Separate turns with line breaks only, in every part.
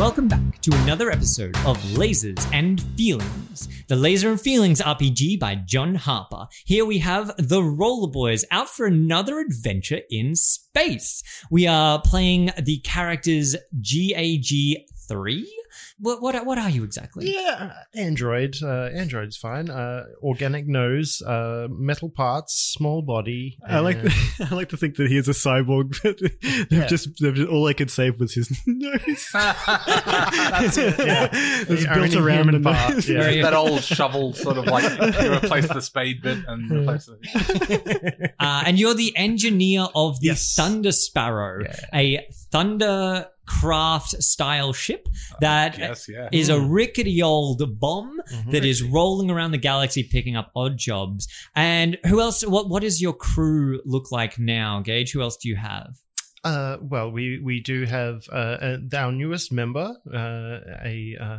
Welcome back to another episode of Lasers and Feelings, the Laser and Feelings RPG by John Harper. Here we have the Roller Boys out for another adventure in space. We are playing the characters GAG 3. What, what, what are you exactly?
Yeah, Android. Uh, Android's fine. Uh, organic nose, uh, metal parts, small body.
I like
and-
I like to think that he is a cyborg, but they've
Yeah.
just, they've just all I could save was his nose.
That's it.
yeah. It was
The
built
only
around
human
the
part,
nose.
yeah.
That old shovel sort of like you replace the spade bit and
Hmm.
replace the
Uh, and you're the engineer of the
Yes.
Thunder Sparrow, a Thunder craft style ship that is
yes, yeah.
a rickety old bomb
Mhm.
that is rolling around the galaxy picking up odd jobs. And who else? What what does your crew look like now, Gage? Who else do you have?
Uh, well, we we do have uh, uh, our newest member, uh, a uh,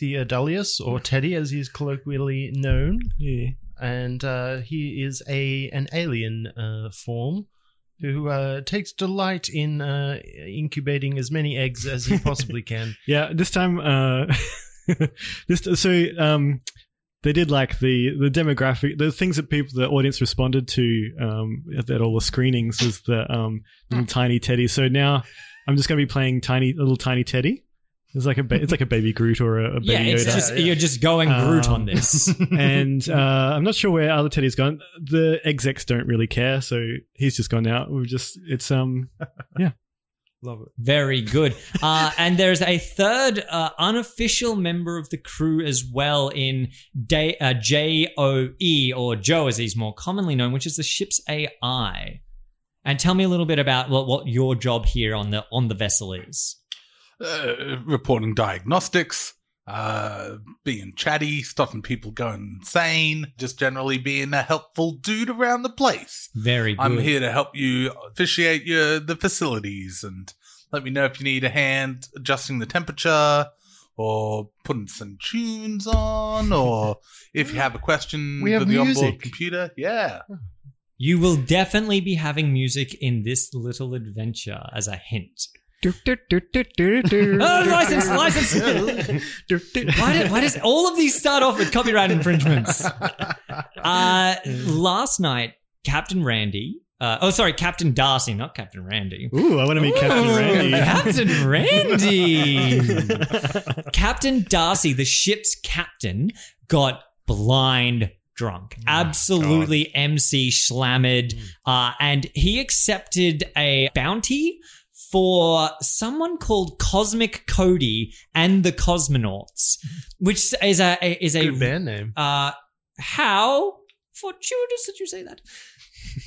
Theodulus
Mm.
or Teddy, as he's colloquially known,
Yeah.
and uh, he is a an alien uh, form who uh, takes delight in uh, incubating as many eggs as he possibly can.
Yeah, this time uh this so um they did like the the demographic the things that people the audience responded to um at, at all the screenings was the um
Hmm.
little tiny teddy. So now I'm just going to be playing tiny little tiny teddy. It's like a ba- it's like a baby Groot or a, a baby
yeah, it's
Yoda.
just
Yeah, yeah.
you're just going Groot on
Um,
this.
and uh, I'm not sure where other Teddy's gone. The execs don't really care, so he's just gone out. We've just it's um
Love it.
Very good. Uh, and there's a third uh, unofficial member of the crew as well in J O E uh, J-O-E, or Joe as he's more commonly known, which is the ship's AI. And tell me a little bit about what, what your job here on the on the vessel is.
Uh, reporting diagnostics, uh, being chatty, stopping people going insane, just generally being a helpful dude around the place.
Very good.
I'm here to help you officiate your the facilities and let me know if you need a hand adjusting the temperature or putting some tunes on or if you have a question
We have
for the
music.
onboard computer. Yeah.
You will definitely be having music in this little adventure as a hint. oh, license, license! why, did, why does all of these start off with copyright infringements? Uh, last night, Captain Randy. Uh, oh, sorry, Captain Darcy, not Captain Randy.
ooh, I want to meet Captain
Ooh,
Randy.
Captain Randy. Captain Darcy, the ship's captain, got blind drunk, absolutely MC slammed, uh, and he accepted a bounty for someone called Cosmic Cody and the Cosmonauts, which is a is a
Good band name.
uh, how fortuitous did you say that?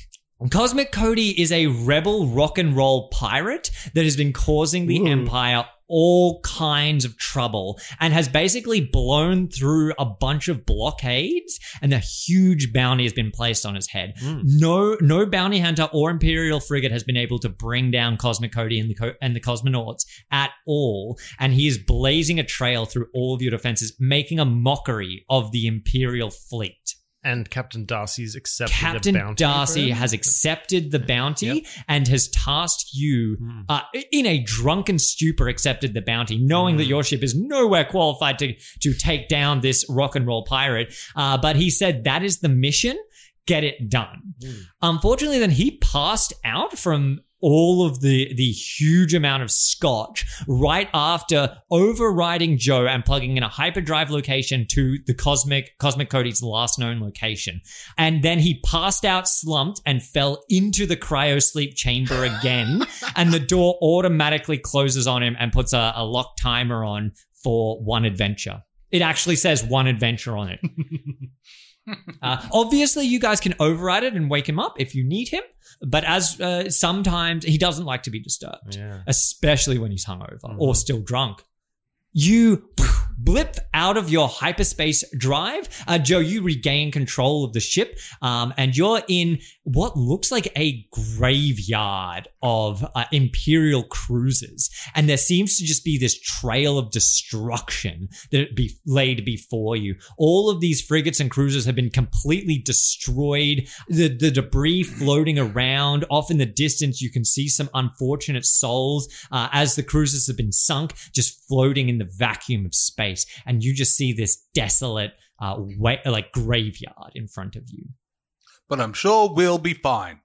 Cosmic Cody is a rebel rock and roll pirate that has been causing the
Ooh.
Empire all kinds of trouble and has basically blown through a bunch of blockades and a huge bounty has been placed on his head.
Mm.
No no bounty hunter or imperial frigate has been able to bring down Cosmic Cody and the co- and the cosmonauts at all, and he is blazing a trail through all of your defenses, making a mockery of the Imperial fleet.
And Captain Darcy's accepted
Captain
a bounty.
Darcy
for him.
has accepted the bounty
Yep.
and has tasked you,
Mm.
uh, in a drunken stupor, accepted the bounty, knowing
Hmm.
that your ship is nowhere qualified to to take down this rock and roll pirate. Uh, but he said that is the mission. Get it done.
Hmm.
Unfortunately, then he passed out from all of the the huge amount of scotch right after overriding Joe and plugging in a hyperdrive location to the cosmic cosmic Cody's last known location. And then he passed out, slumped, and fell into the cryo sleep chamber again. and the door automatically closes on him and puts a, a lock timer on for one adventure. It actually says one adventure on it. Uh, obviously, you guys can override it and wake him up if you need him. But as uh, sometimes he doesn't like to be disturbed,
Yeah.
especially when he's hungover
Mhm.
or still drunk. You blip out of your hyperspace drive. Uh, Joe, you regain control of the ship, um, and you're in what looks like a graveyard of uh, Imperial cruisers. And there seems to just be this trail of destruction that be laid before you. All of these frigates and cruisers have been completely destroyed. The, the debris floating around. Off in the distance, you can see some unfortunate souls uh, as the cruisers have been sunk, just floating in the vacuum of space. And you just see this desolate, uh, wa- like graveyard in front of you.
But I'm sure we'll be fine.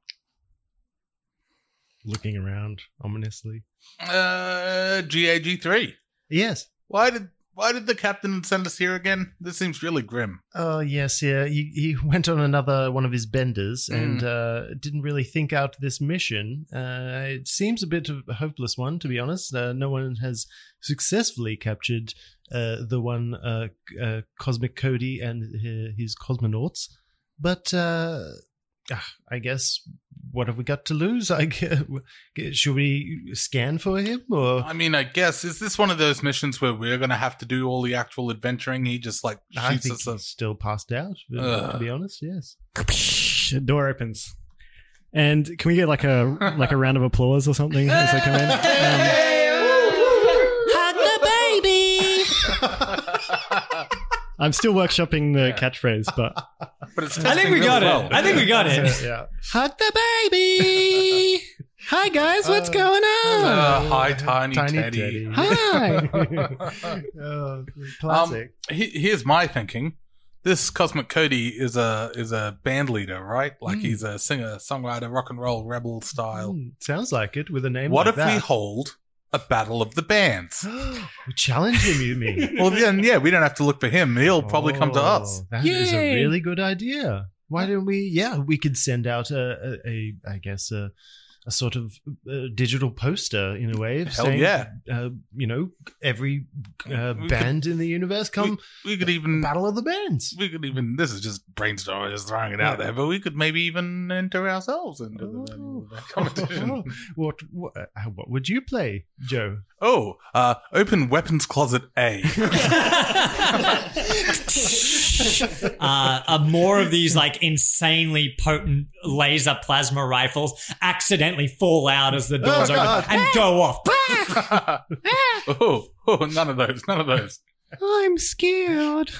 Looking around ominously.
Uh, GAG three.
Yes.
Why did why did the captain send us here again? This seems really grim.
Oh yes, yeah. He, he went on another one of his benders
Hmm.
Mm.
and uh, didn't really think out this mission. Uh, it seems a bit of a hopeless one, to be honest. Uh, no one has successfully captured uh, the one uh, c- uh, cosmic Cody and hi- his cosmonauts, but uh, ah, I guess what have we got to lose? I gue- should we scan for him or?
I mean, I guess is this one of those missions where we're gonna have to do all the actual adventuring? He just like
I
shoots
think
us. A,
he's still passed out. To
Ugh.
be honest, yes.
Door opens. And can we get like a like a round of applause or something as they come in? Um,
Hug the baby.
I'm still workshopping the
Yeah.
catchphrase, but
but it's
I think we got it. I think we got it.
yeah.
Hug the baby. Hi guys, what's
Uh,
going on?
Uh, hi, Tiny Teddy.
Hi.
oh, classic.
He- here's my thinking. This Cosmic Cody is a is a band leader, right? Like
Mm.
he's a singer, songwriter, rock and roll, rebel style.
Hmm, sounds like it with a name
What
like
if we
that.
hold a battle of the bands?
We challenge him, you mean?
well, then yeah, we don't have to look for him. He'll probably come to us.
Oh, That is a
Yay.
really good idea. Why don't we? Yeah, we could send out a, a, a I guess a, a sort of uh digital poster in a way. of
Hell
saying,
yeah.
Uh, you know, every uh,
We could-
band in the universe come
We could even
battle of the bands.
we could even this is just brainstorming, just throwing it out
Yeah.
there. But we could maybe even enter ourselves into the,
Oh.
competition.
what, what uh, what would you play, Joe?
oh, uh, open weapons closet A.
uh, uh, more of these like insanely potent laser plasma rifles accidentally fall out as the doors
Oh,
open
God.
and go off.
oh, oh, none of those, none of those.
I'm scared.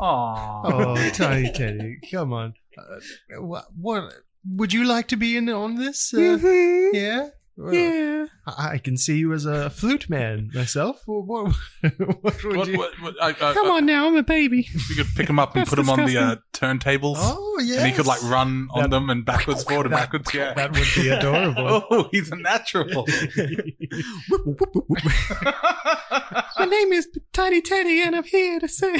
Oh, Tiny Teddy, come on. Uh, what, what would you like to be in on this? Uh,
Mhm.
yeah. Well,
Yeah.
I I can see you as a flute man myself. Well, What, what would
What,
you?
what, what, I, I,
Come on now, I'm a baby.
We could pick him up and
That's
put him on the uh,
disgusting.
turntables,
Oh yeah,
and he could like run on
That-
them and backwards, forward, and backwards. Yeah.
That would be adorable.
oh, he's a natural.
My name is Tiny Teddy, and I'm here to say.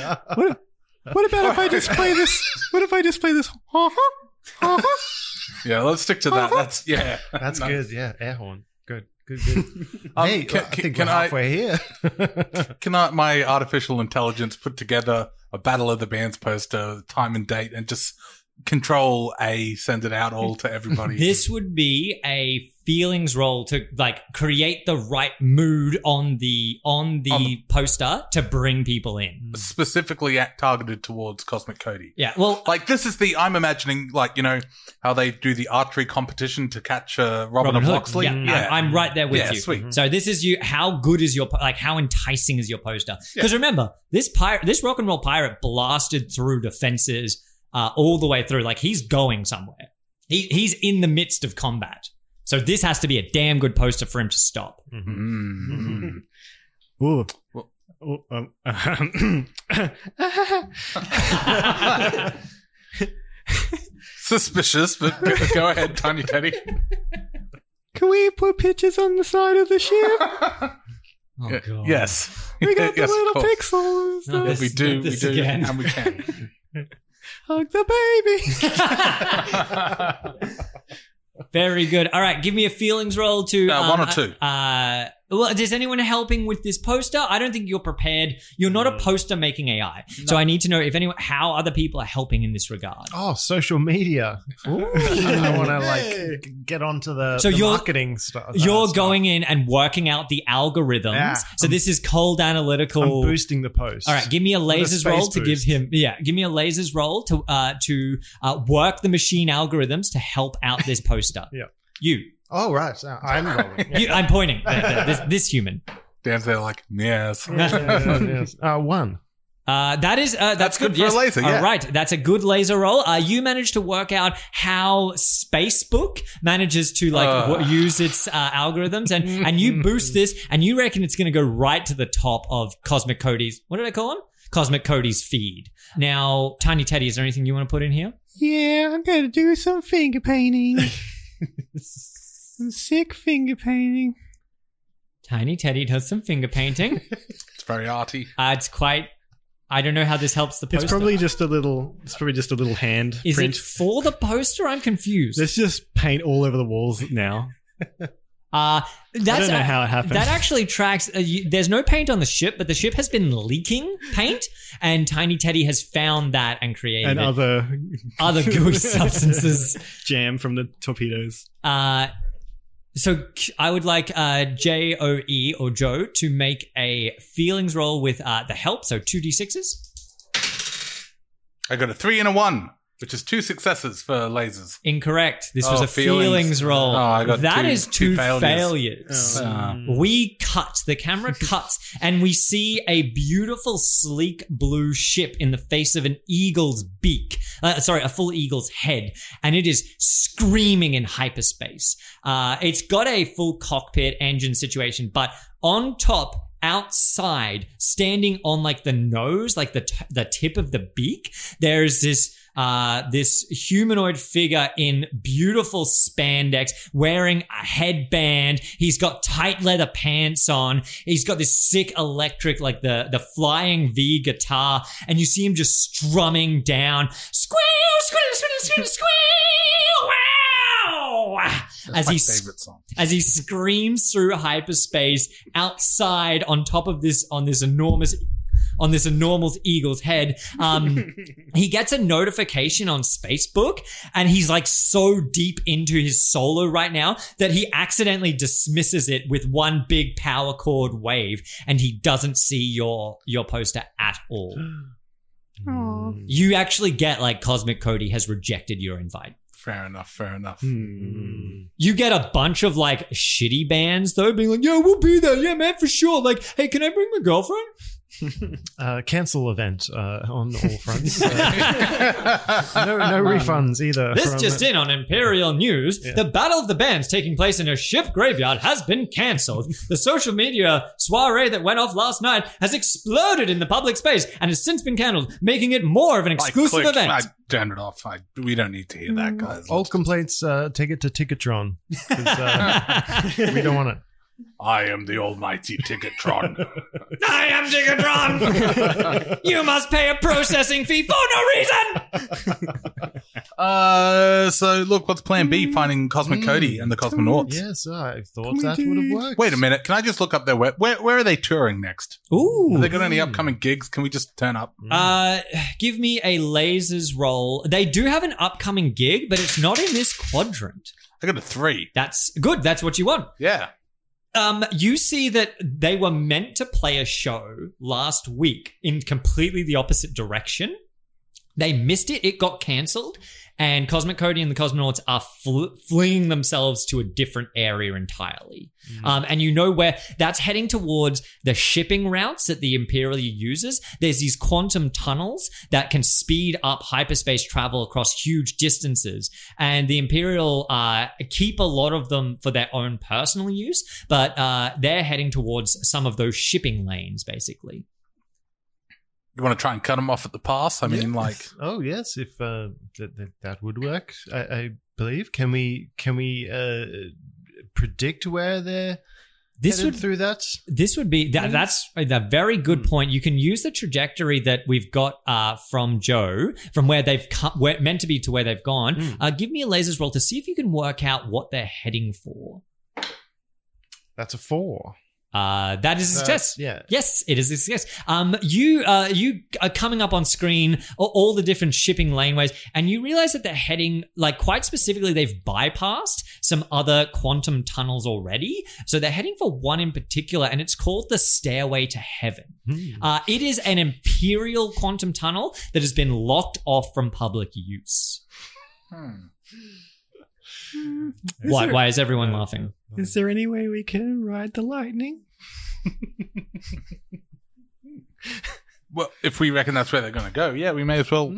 What about if I just play this? What if I just play this? Uh huh. Uh huh.
yeah, let's stick to that. That's yeah.
That's
No.
good. Yeah, air horn. Good. Good. Good.
Um,
hey,
can,
I think
can
we're
I
halfway here.
can I my artificial intelligence put together a battle of the bands poster, time and date, and just control A send it out all to everybody.
This would be a feelings roll to like create the right mood on the on the
On the-
poster to bring people in.
specifically at, targeted towards Cosmic Cody.
Yeah, well,
Like this is the I'm imagining like you know how they do the archery competition to catch uh, Robin,
Robin
of
Hood.
Locksley.
Yeah, I, am right there with
yeah,
you.
sweet.
So this is you. How good is your po- like? How enticing is your poster? Because remember, this pirate, this rock and roll pirate, blasted through the fences uh, all the way through. Like he's going somewhere. He he's in the midst of combat. So this has to be a damn good poster for him to stop. Mm-hmm.
Mm.
ooh.
Well-
Ooh, um,
Suspicious, but go- go ahead, Tiny Teddy.
Can we put pictures on the side of the ship?
Oh,
Yeah, Yes.
We got
Yes,
the
of
little
course.
pixel. and stuff.
No,
Yeah, we
This-
do, we
this
do,
again.
and we can.
Hug the baby.
Very good. All right, give me a feelings roll to
Uh, one or two.
Uh, Well, is anyone helping with this poster? I don't think you're prepared. You're not a poster making AI, so I need to know if anyone, how other people are helping in this regard.
Oh, social media. I want to like g- get onto the,
So
the
you're-
marketing stuff.
You're
stuff.
going in and working out the algorithms.
Yeah,
so this is cold analytical.
I'm boosting the post.
All right, give me a
a
lasers
space
roll to give
boost.
him. Yeah, give me a lasers roll to uh, to uh, work the machine algorithms to help out this poster.
Yeah.
you.
Oh right, so I'm rolling.
you I'm pointing. There, there, this, this human.
Dan's there like, yes.
Yes, yes, yes. Uh, one.
Uh, that is uh, that's,
That's good for a
yes.
laser, yeah.
All right, that's a good laser roll. Uh, you managed to work out how Spacebook manages to like
Uh.
w- use its uh, algorithms, and and you boost this, and you reckon it's going to go right to the top of Cosmic Cody's. What did I call him? Cosmic Cody's feed. Now, Tiny Teddy, is there anything you want to put in here?
Yeah, I'm gonna do some finger painting. some sick finger painting.
Tiny Teddy does some finger painting.
It's very arty.
uh, it's quite. I don't know how this helps the poster.
It's probably just a little. It's probably just a little hand
is
print.
it for the poster? I'm confused.
There's just paint all over the walls now.
Uh, that's,
I don't know how it happened.
That actually tracks. Uh, you, there's no paint on the ship, but the ship has been leaking paint, and Tiny Teddy has found that and created
and
other,
other
good substances.
jam from the torpedoes.
Uh, so c- I would like uh, J O E or Joe to make a feelings roll with uh, the help. So two d sixes.
I got a three and a one, which is two successes for lasers.
Incorrect. This was
Oh,
a feelings,
feelings.
roll.
Oh, I got
That
two-
is
two
two
failures.
Oh,
failures.
Ah.
Mm.
We cut, the camera cuts, and we see a beautiful, sleek blue ship in the face of an eagle's beak. Uh, sorry, a full eagle's head. And it is screaming in hyperspace. Uh, it's got a full cockpit engine situation, but on top, outside, standing on like the nose, like the, t- the tip of the beak, there's this. Uh, this humanoid figure in beautiful spandex wearing a headband. He's got tight leather pants on. He's got this sick electric, like the, the flying V guitar. And you see him just strumming down. Squeal, squeal, squeal, squeal, squeal. Wow!
That's
As
my
he
favorite song.
as he screams through hyperspace outside on top of this on this enormous on this enormous eagle's head um, he gets a notification on spacebook and he's like so deep into his solo right now that he accidentally dismisses it with one big power chord wave and he doesn't see your your poster at all
Aw.
you actually get like cosmic cody has rejected your invite
Fair enough, fair enough.
Mm.
Hmm.
You get a bunch of like shitty bands though, being like, "Yo, we'll be there, yeah, man, for sure." Like, "Hey, can I bring my girlfriend?"
Uh, cancel event uh, on all fronts. Uh, no, no refunds either.
This
from-
just in on Imperial News:
Yeah.
the Battle of the Bands taking place in a ship graveyard has been cancelled. the social media soiree that went off last night has exploded in the public space and has since been cancelled, making it more of an exclusive
I clicked-
event. Hmm.
I turned it off. I, we don't need to hear that, guys.
All complaints, uh, take it to Ticketron. 'cause, uh, we don't want it.
I am the almighty Ticketron.
I am Gigatron. you must pay a processing fee for no reason.
uh, so look, what's Plan
Hmm.
B? Finding Cosmic Cody and the Cosmonauts.
Mm, Yes, I thought that would have worked.
Wait a minute. Can I just look up their web? Where, where are they touring next?
Ooh,
Have they got any upcoming gigs? Can we just turn up?
Mm.
Uh, give me a lasers roll. They do have an upcoming gig, but it's not in this quadrant.
I got a three.
That's good. That's what you want.
Yeah.
Um, you see that they were meant to play a show last week in completely the opposite direction. They missed it. It got cancelled, and Cosmic Cody and the Cosmonauts are fl- fleeing themselves to a different area entirely. Um, and you know where that's heading towards the shipping routes that the Imperial uses. There's these quantum tunnels that can speed up hyperspace travel across huge distances, and the Imperial uh, keep a lot of them for their own personal use. But uh, they're heading towards some of those shipping lanes, basically.
You want to try and cut them off at the pass? I mean, like,
Oh yes, if uh, that, that that would work, I, I believe. Can we can we uh, predict where they're
This
headed
would
through Hmm. that?
This would be that, that's a very good point. You can use the trajectory that we've got uh, from Joe, from where they've come, where, meant to be to where they've gone.
Mm.
Uh, give me a lasers roll to see if you can work out what they're heading for.
That's a four.
Uh, that is a success.
yeah.
Yes, it is a success. Um, you uh, you are coming up on screen a- all the different shipping laneways, and you realize that they're heading like quite specifically. They've bypassed some other quantum tunnels already, so they're heading for one in particular, and it's called the Stairway to Heaven. Uh, it is an imperial quantum tunnel that has been locked off from public use.
Hmm.
Why? why is
Mm.
everyone laughing?
Uh,
Is there any way we can ride the lightning?
Well, if we reckon that's where they're going to go, yeah, we may as well.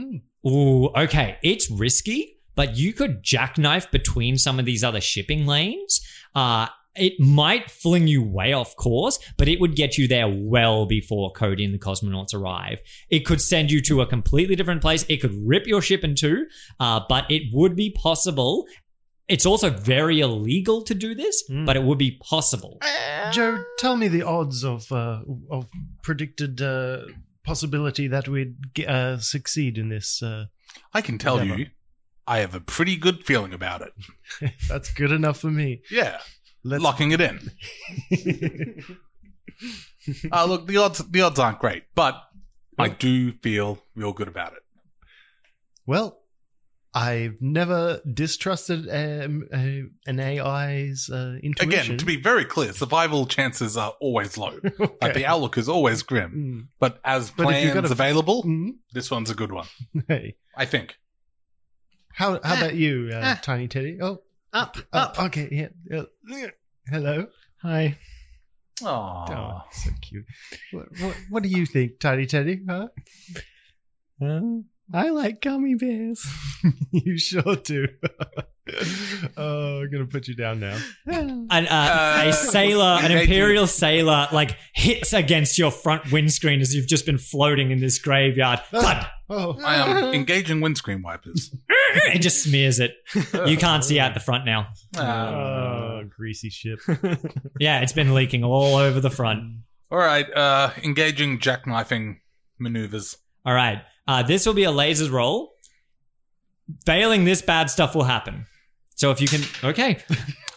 Ooh, okay. It's risky, but you could jackknife between some of these other shipping lanes. Uh, it might fling you way off course, but it would get you there well before Cody and the cosmonauts arrive. It could send you to a completely different place. It could rip your ship in two, uh, but it would be possible. It's also very illegal to do this,
Mm.
but it would be possible.
Joe,
Uh,
tell me the odds of uh, of predicted uh, possibility that we'd ge- uh, succeed in this. Uh,
I can tell
Never.
you, I have a pretty good feeling about it.
that's good enough for me.
Yeah,
Let's
locking it in.
Mm.
uh, look, the odds the odds aren't great, but I do feel real good about it.
Well, I've never distrusted um, uh, an AI's uh, intuition.
Again, to be very clear, survival chances are always low. Like, the outlook is always grim.
Mm.
But as
But if
plans
you've got a-
available,
Mm.
this one's a good one,
Hey,
I think.
how how about you, uh,
Ah.
Tiny Teddy? Oh,
Up,
oh, okay, yeah. uh, hello.
Hi.
Aww.
Oh, so cute. What, what, what do you think, Tiny Teddy? Huh?
Uh, I like gummy bears.
you sure do. oh, I'm gonna put you down now.
An, uh, a
Uh,
sailor, an
you-
imperial sailor, like hits against your front windscreen as you've just been floating in this graveyard. Thud!
Ah.
Oh,
I am engaging windscreen wipers.
It just smears it. You can't see out the front now.
Ah.
Oh,
Uh.
greasy ship.
Yeah, it's been leaking all over the front.
all right, uh, engaging jackknifing maneuvers.
All right. Uh, this will be a lasers roll. Failing this, bad stuff will happen. So if you can, okay.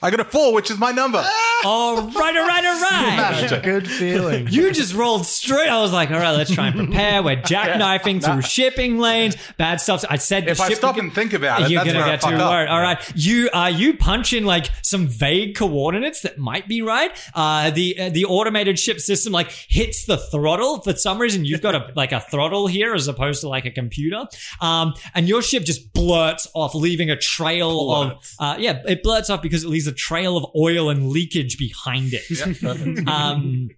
I got a four, which is my number.
All right, all right, all right.
Magic.
Good feeling.
You just rolled straight. I was like, all right, let's try and prepare. We're jackknifing through shipping lanes. Bad stuff. I said the
if I
ship
stop and think about it,
You're
that's
gonna
where I
get
fuck
too
up.
worried. All right, you uh, you punch in like some vague coordinates that might be right. Uh, the uh, the automated ship system like hits the throttle for some reason. You've got a like a throttle here as opposed to like a computer. Um, and your ship just blurts off, leaving a trail
Blurts.
of uh, yeah, it blurts off because it leaves a trail of oil and leakage behind it
Yeah, perfect.
um,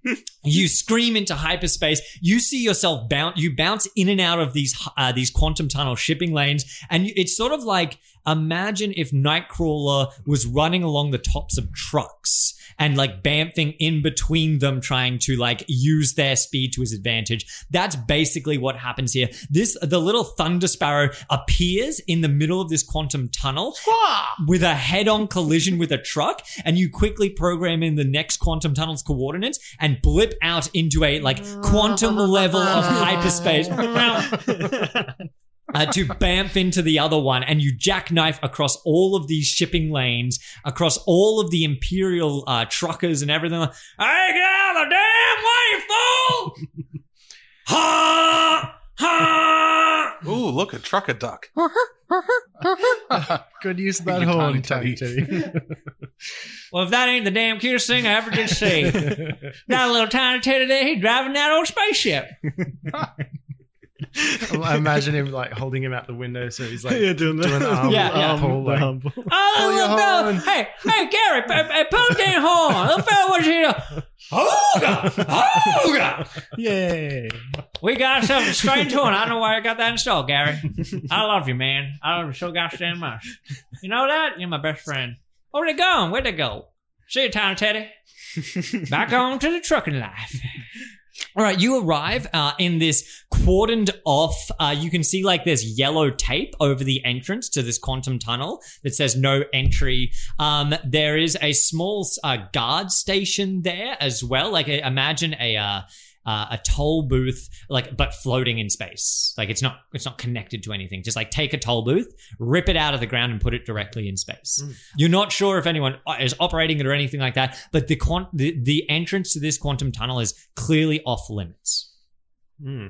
you scream into hyperspace. You see yourself bounce. You bounce in and out of these uh, these quantum tunnel shipping lanes, and you, it's sort of like imagine if Nightcrawler was running along the tops of trucks and like bamfing in between them, trying to like use their speed to his advantage. That's basically what happens here. This the little thunder sparrow appears in the middle of this quantum tunnel, with a head-on collision with a truck and you quickly program in the next quantum tunnel's coordinates and blip out into a like quantum level of hyperspace uh, to bamf into the other one and you jackknife across all of these shipping lanes across all of the imperial uh, truckers and everything like, hey get out of the damn way fool ha ha
Ooh, look, a trucker duck.
Good use of
Thank
that
you,
horn,
Tiny
Tiny Teddy.
Well, if that ain't the damn cutest thing I ever did see. that little tiny teddy there, he driving that old spaceship.
I imagine him like holding him out the window, so he's like,
yeah, doing the,
doing the humble-
Yeah, yeah.
um,
humble,
the
like-
humble.
Oh,
Pull your
little fella.
horn.
Hey, hey, Gary, p- p- pull the damn horn. Little fella, what's here? Hooga! Hooga!
Yay.
We got ourselves a strange horn. I don't know why I got that installed, Gary. I love you, man. I love you so goddamn much. You know that? You're my best friend. Where they gone? Where'd they go? See you, Tiny Teddy. Back on to the trucking life. All right, you arrive uh, in this cordoned off. Uh, you can see like there's yellow tape over the entrance to this quantum tunnel that says no entry. Um, there is a small uh, guard station there as well. Like uh, imagine a uh, uh, a toll booth, like but floating in space. Like it's not it's not connected to anything. Just like take a toll booth, rip it out of the ground, and put it directly in space.
Mm.
You're not sure if anyone uh, is operating it or anything like that. But the quant- the, the entrance to this quantum tunnel is clearly off limits.
Uh,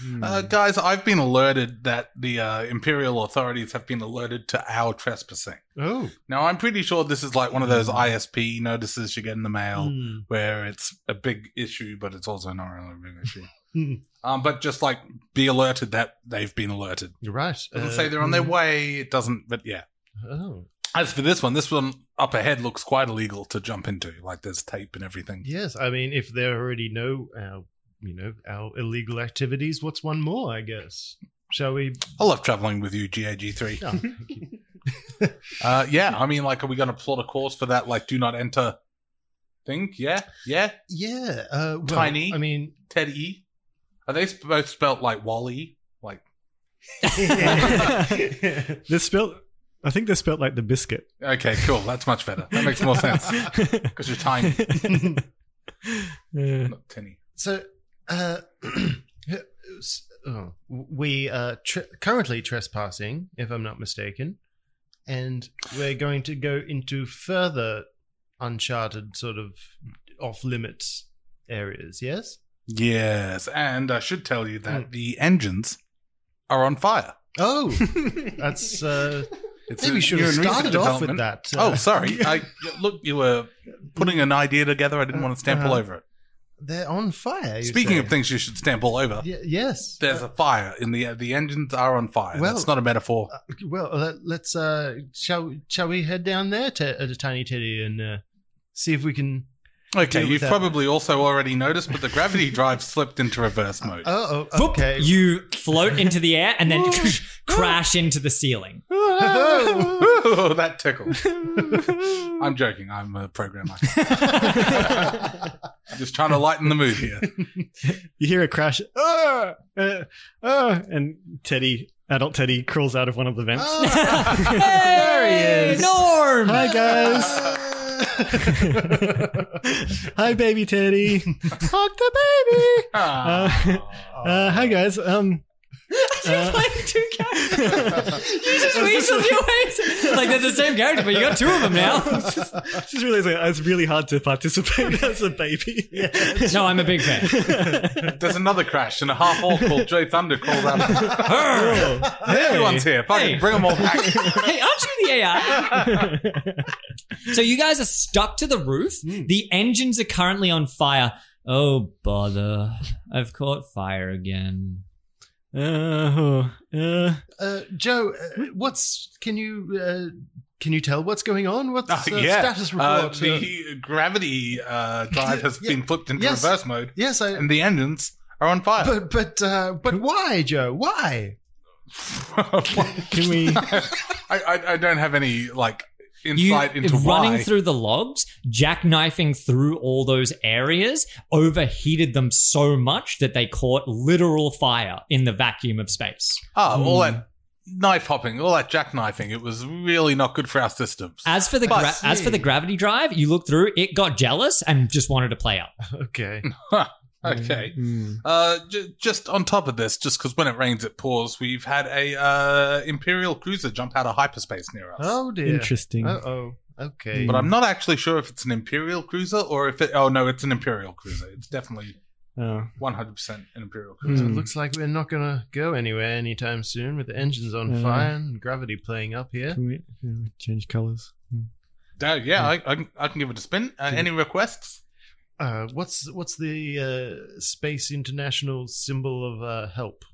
Hmm.
guys, I've been alerted that the uh, Imperial authorities have been alerted to our trespassing.
Oh.
Now, I'm pretty sure this is like one of those
Hmm.
ISP notices you get in the mail where it's a big issue, but it's also not really a big
Hmm.
issue. um, but just like be alerted that they've been alerted.
You're right.
It doesn't
Uh,
say they're on their
hmm.
way. It doesn't, but yeah.
Oh.
As for this one, this one up ahead looks quite illegal to jump into. Like there's tape and everything.
Yes. I mean, if they already know our, you know, our illegal activities, what's one more, I guess? Shall we?
I love traveling with you, GAG3.
No.
Uh, yeah, I mean, like, are we going to plot a course for that? Like, do not enter thing? Yeah, yeah.
yeah. Uh, well,
Tiny.
I mean,
Ted E. Are they sp- both spelt like Wally? Like,
They're spelled. I think they're spelled like the biscuit.
okay, cool. That's much better. That makes more sense because you're tiny,
Yeah.
not E. tinny.
so uh, s- oh, we are tre- currently trespassing, if I'm not mistaken, and we're going to go into further uncharted sort of off limits areas. Yes.
Yes, and I should tell you
Hmm.
that the engines are on fire.
Oh, that's. Uh,
It's
Maybe we
a
should have
new and recent
started off with
development.
that. uh,
oh, sorry. I, look, you were putting an idea together. I didn't want to stamp all
Uh-huh.
over it.
they're on fire. you
Speaking
say.
of things you should stamp all over,
Ye- yes.
there's a fire in the the engines are on fire.
Well-
That's not a metaphor.
Uh, well, let, let's. Uh, shall shall we head down there to uh, to Tiny Teddy and uh, see if we can?
Okay,
deal with
you've
that.
probably also already noticed, but the gravity drive slipped into reverse mode.
Oh, oh,
Boop,
okay.
you float into the air and then crash into the ceiling.
Uh,
Ooh, that tickled. I'm joking. I'm a programmer. Just trying to lighten the mood here.
you hear a crash. Ah! Uh, ah! and Teddy, adult Teddy, crawls out of one of the vents.
Ah.
there he is. Norm.
Hi guys. hi baby Teddy. Hug the baby. Uh,
Ah,
Uh, hi guys. Um.
You're playing two characters. You just weaseled your way. Like they're the same character, but you got two of them now.
Just realizing it's really hard to participate as a baby.
No, I'm a big fan.
There's another crash, and a half orc called Joe Thunder calls out.
Arr.
Everyone's here. Fucking
Hey.
bring them all back.
hey, aren't you the AI? So you guys are stuck to the roof.
Hmm.
The engines are currently on fire. Oh bother! I've caught fire again.
Uh, oh, uh,
Uh, Joe, uh, what's can you uh, can you tell what's going on? What's
Uh,
the
yeah.
status
Uh,
report? Uh,
the gravity uh, drive has
Yeah.
been flipped into
Yes.
reverse mode,
yes, I.
and the engines are on fire.
But but uh, but why, Joe? Why?
can we?
I, I, I don't have any like
You
insight into
running
why.
through the logs, jackknifing through all those areas, overheated them so much that they caught literal fire in the vacuum of space.
Ah, all that knife hopping, all that jackknifing, it was really not good for our systems.
As for the
I
gra-
see.
as for the gravity drive, you look through, it got jealous and just wanted to play up.
Okay.
Hmm. okay.
Mm.
Uh, j- just on top of this, just because when it rains it pours, we've had a uh, Imperial cruiser jump out of hyperspace near us.
Oh dear.
Interesting.
Uh oh. Okay.
But I'm not actually sure if it's an Imperial cruiser or if it. Oh no, it's an Imperial cruiser. It's definitely
Oh.
100% an Imperial cruiser.
So it
Hmm.
looks like we're not going to go anywhere anytime soon with the engines on
Hmm.
Yeah.
fire and gravity playing up here.
Can we, can we change colors? Hmm.
Uh, yeah, I, I, can- I can give it a spin. Uh, any requests?
Uh, what's what's the uh, space international symbol of uh, help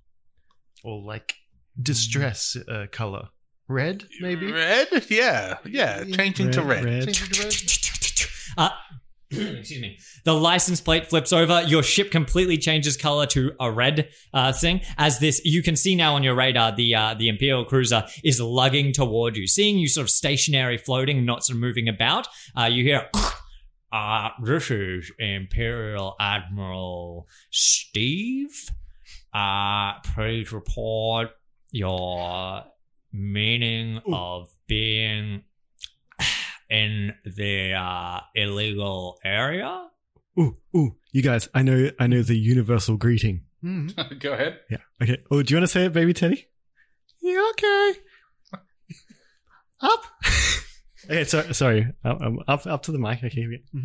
or like distress uh, color? Red, maybe.
Red? Yeah, yeah. Changing to red.
Change it to red.
Uh, excuse me. The license plate flips over. Your ship completely changes color to a red uh, thing. As this, you can see now on your radar, the uh, the Imperial cruiser is lugging toward you. Seeing you sort of stationary, floating, not sort of moving about, uh, you hear. Uh, this is Imperial Admiral Steve. Uh, please report your meaning of being in the uh, illegal area.
Ooh, ooh, You guys, I know, I know the universal greeting.
Hmm.
Go ahead.
Yeah. Okay. Oh, do you want to say it, baby Teddy?
Yeah, okay. Up
Okay. So, sorry. Up, um, up, up to the mic. Okay. yeah.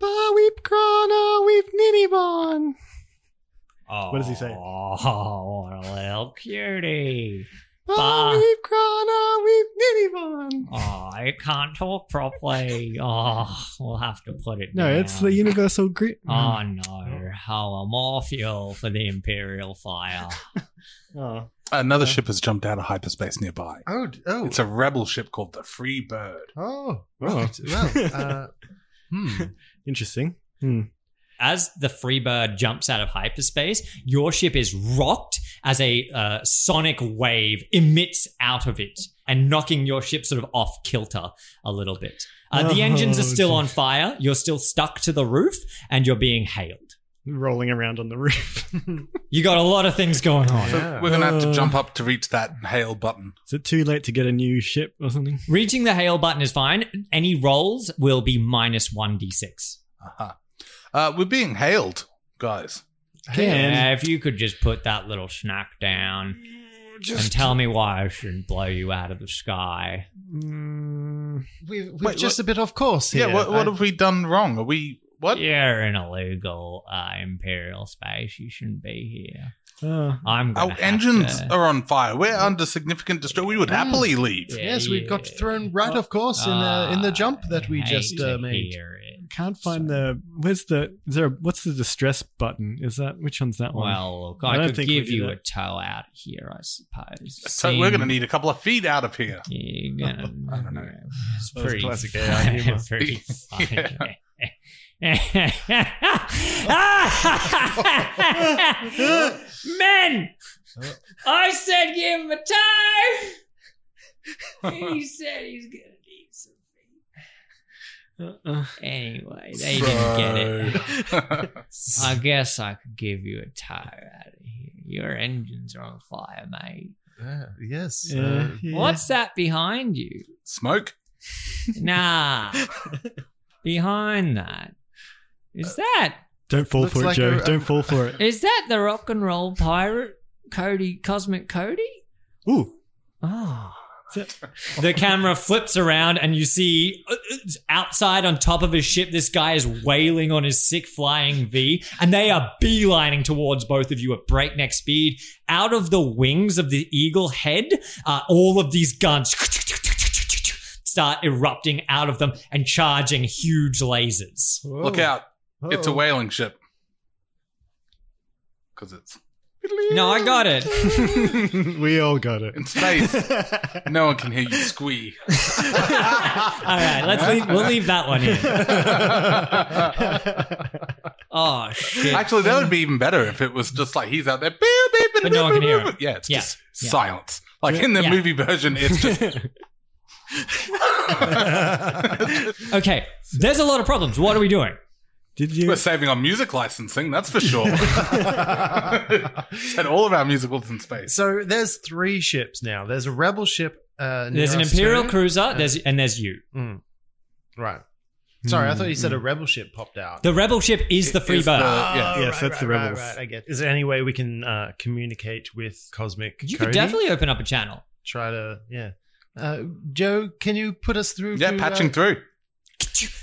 the weep grana weep ninibon.
Oh,
What does he say?
Oh, what a little cutie. Bah.
The weep grana weep ninibon.
Oh, I can't talk properly. Oh, we'll have to put it
No,
down.
it's the universal greeting.
Oh, no. Oh, well, more fuel for the Imperial fire.
Oh.
Another ship has jumped out of hyperspace nearby.
Oh, oh,
It's a rebel ship called the Free Bird.
oh, right. Well, uh, hmm.
Interesting.
as the Freebird jumps out of hyperspace, your ship is rocked as a uh, sonic wave emits out of it and knocking your ship sort of off kilter a little bit. Uh, the
Oh,
engines are still
dear.
on fire. You're still stuck to the roof and you're being hailed.
Rolling around on the roof.
You got a lot of things going on.
So
Yeah.
we're going to have to
Uh.
jump up to reach that hail button.
Is it too late to get a new ship or something?
Reaching the hail button is fine. Any rolls will be minus 1d6.
Uh-huh. Uh, we're being hailed, guys.
Can.
Yeah, if you could just put that little snack down and tell me why I shouldn't blow you out of the sky.
Mm,
We've, we've
Wait,
just a bit off course
Yeah,
here.
what, what
I-
have we done wrong? Are we. What?
You're in illegal uh, imperial space. You shouldn't be here.
uh,
Oh,
I'm
Our
gonna have
engines
to- Hmm.
are on fire. We're under significant destruction. We would
Mm.
happily leave.
Yeah,
yes, we got
yeah. Ah,
thrown right off course in uh, in the jump that we
I
just
hate
uh,
to
made.
hear it.
can't find the. Where's the? Is there? A, what's the distress button? Is that which one's that one?
Well, look,
I
I,
don't
could
think we
give
do
you
that.
a toe out of here, I suppose.
So we're going to need a couple of feet out of here.
You're gonna,
I don't know.
It's
That was
pretty
classic
fun-
AI humor.
pretty fun.
Yeah.
Men, I said give him a time. He said he's gonna need some.
Uh, uh,
Anyway, they didn't get it.
So-
I guess I could give you a tire out of here. Your engines are on fire, mate.
Uh, yes.
yeah,
uh,
yeah.
What's that behind you?
Smoke?
Nah, behind that. Is that
Don't fall
Looks
for it,
like
Joe.
a-
Don't fall for it.
Is that the rock and roll pirate, Cody, Cosmic Cody?
Uh,
Ooh,
Oh.
Is
The camera flips around and you see uh, uh, outside on top of his ship, this guy is wailing on his sick flying V, and they are beelining towards both of you at breakneck speed. Out of the wings of the eagle head, uh, all of these guns start erupting out of them and charging huge lasers.
Look out. It's a
Uh-oh.
whaling ship. Because it's
No, I got it.
we all got it.
in space. no one can hear you squee.
all right, let's leave, we'll leave that one in. Oh shit!
Actually, that would be even better if it was just like he's out there. "Beep, beep, beep,
But no one can
beep,
hear
beep,
him.
beep." Yeah, it's
Yeah,
just
yeah.
silence. Like in the
Yeah.
movie version, it's just.
okay, there's a lot of problems. What are we doing?
Did you?
We're saving on music licensing, that's for sure. and all of our musicals in space.
so there's three ships now. There's a rebel ship. Uh, near
There's an
us
imperial
too.
cruiser. There's and there's you.
Right. Sorry, I thought you said
Mm,
a rebel ship popped out.
The uh, rebel ship is the
It
free
is
bird.
the- yeah.
Oh,
Yes, that's the rebels.
Right, I get. Is there any way we can uh, communicate with Cosmic?
you
Cody?
could definitely open up a channel.
try to. Yeah. Uh, Joe, can you put us through?
Yeah,
to,
patching
Uh,
through.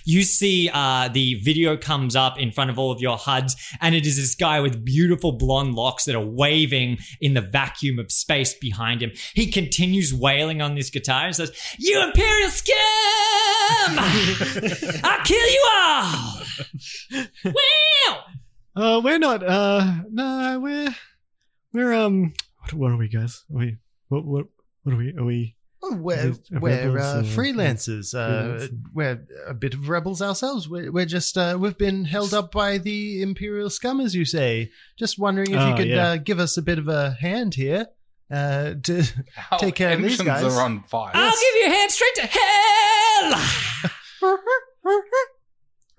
You see, uh, the video comes up in front of all of your HUDs, and it is this guy with beautiful blonde locks that are waving in the vacuum of space behind him. He continues wailing on this guitar and says, "You imperial scum! I'll kill you all." Wow.
Uh, we're not. Uh, no, we're we're um. What, what are we, guys? Are we what what what are we? Are we?
oh, we're
Is it
we're
rebels
uh,
or-
freelancers. Uh,
Freelancers.
we're a bit of rebels ourselves. We're, we're just uh, we've been held up by the imperial scum, as you say. Just wondering if
Oh,
you could
yeah.
uh, give us a bit of a hand here. Uh, to,
Our
Take care of these
engines
guys.
are on fire.
I'll give you a hand straight to hell.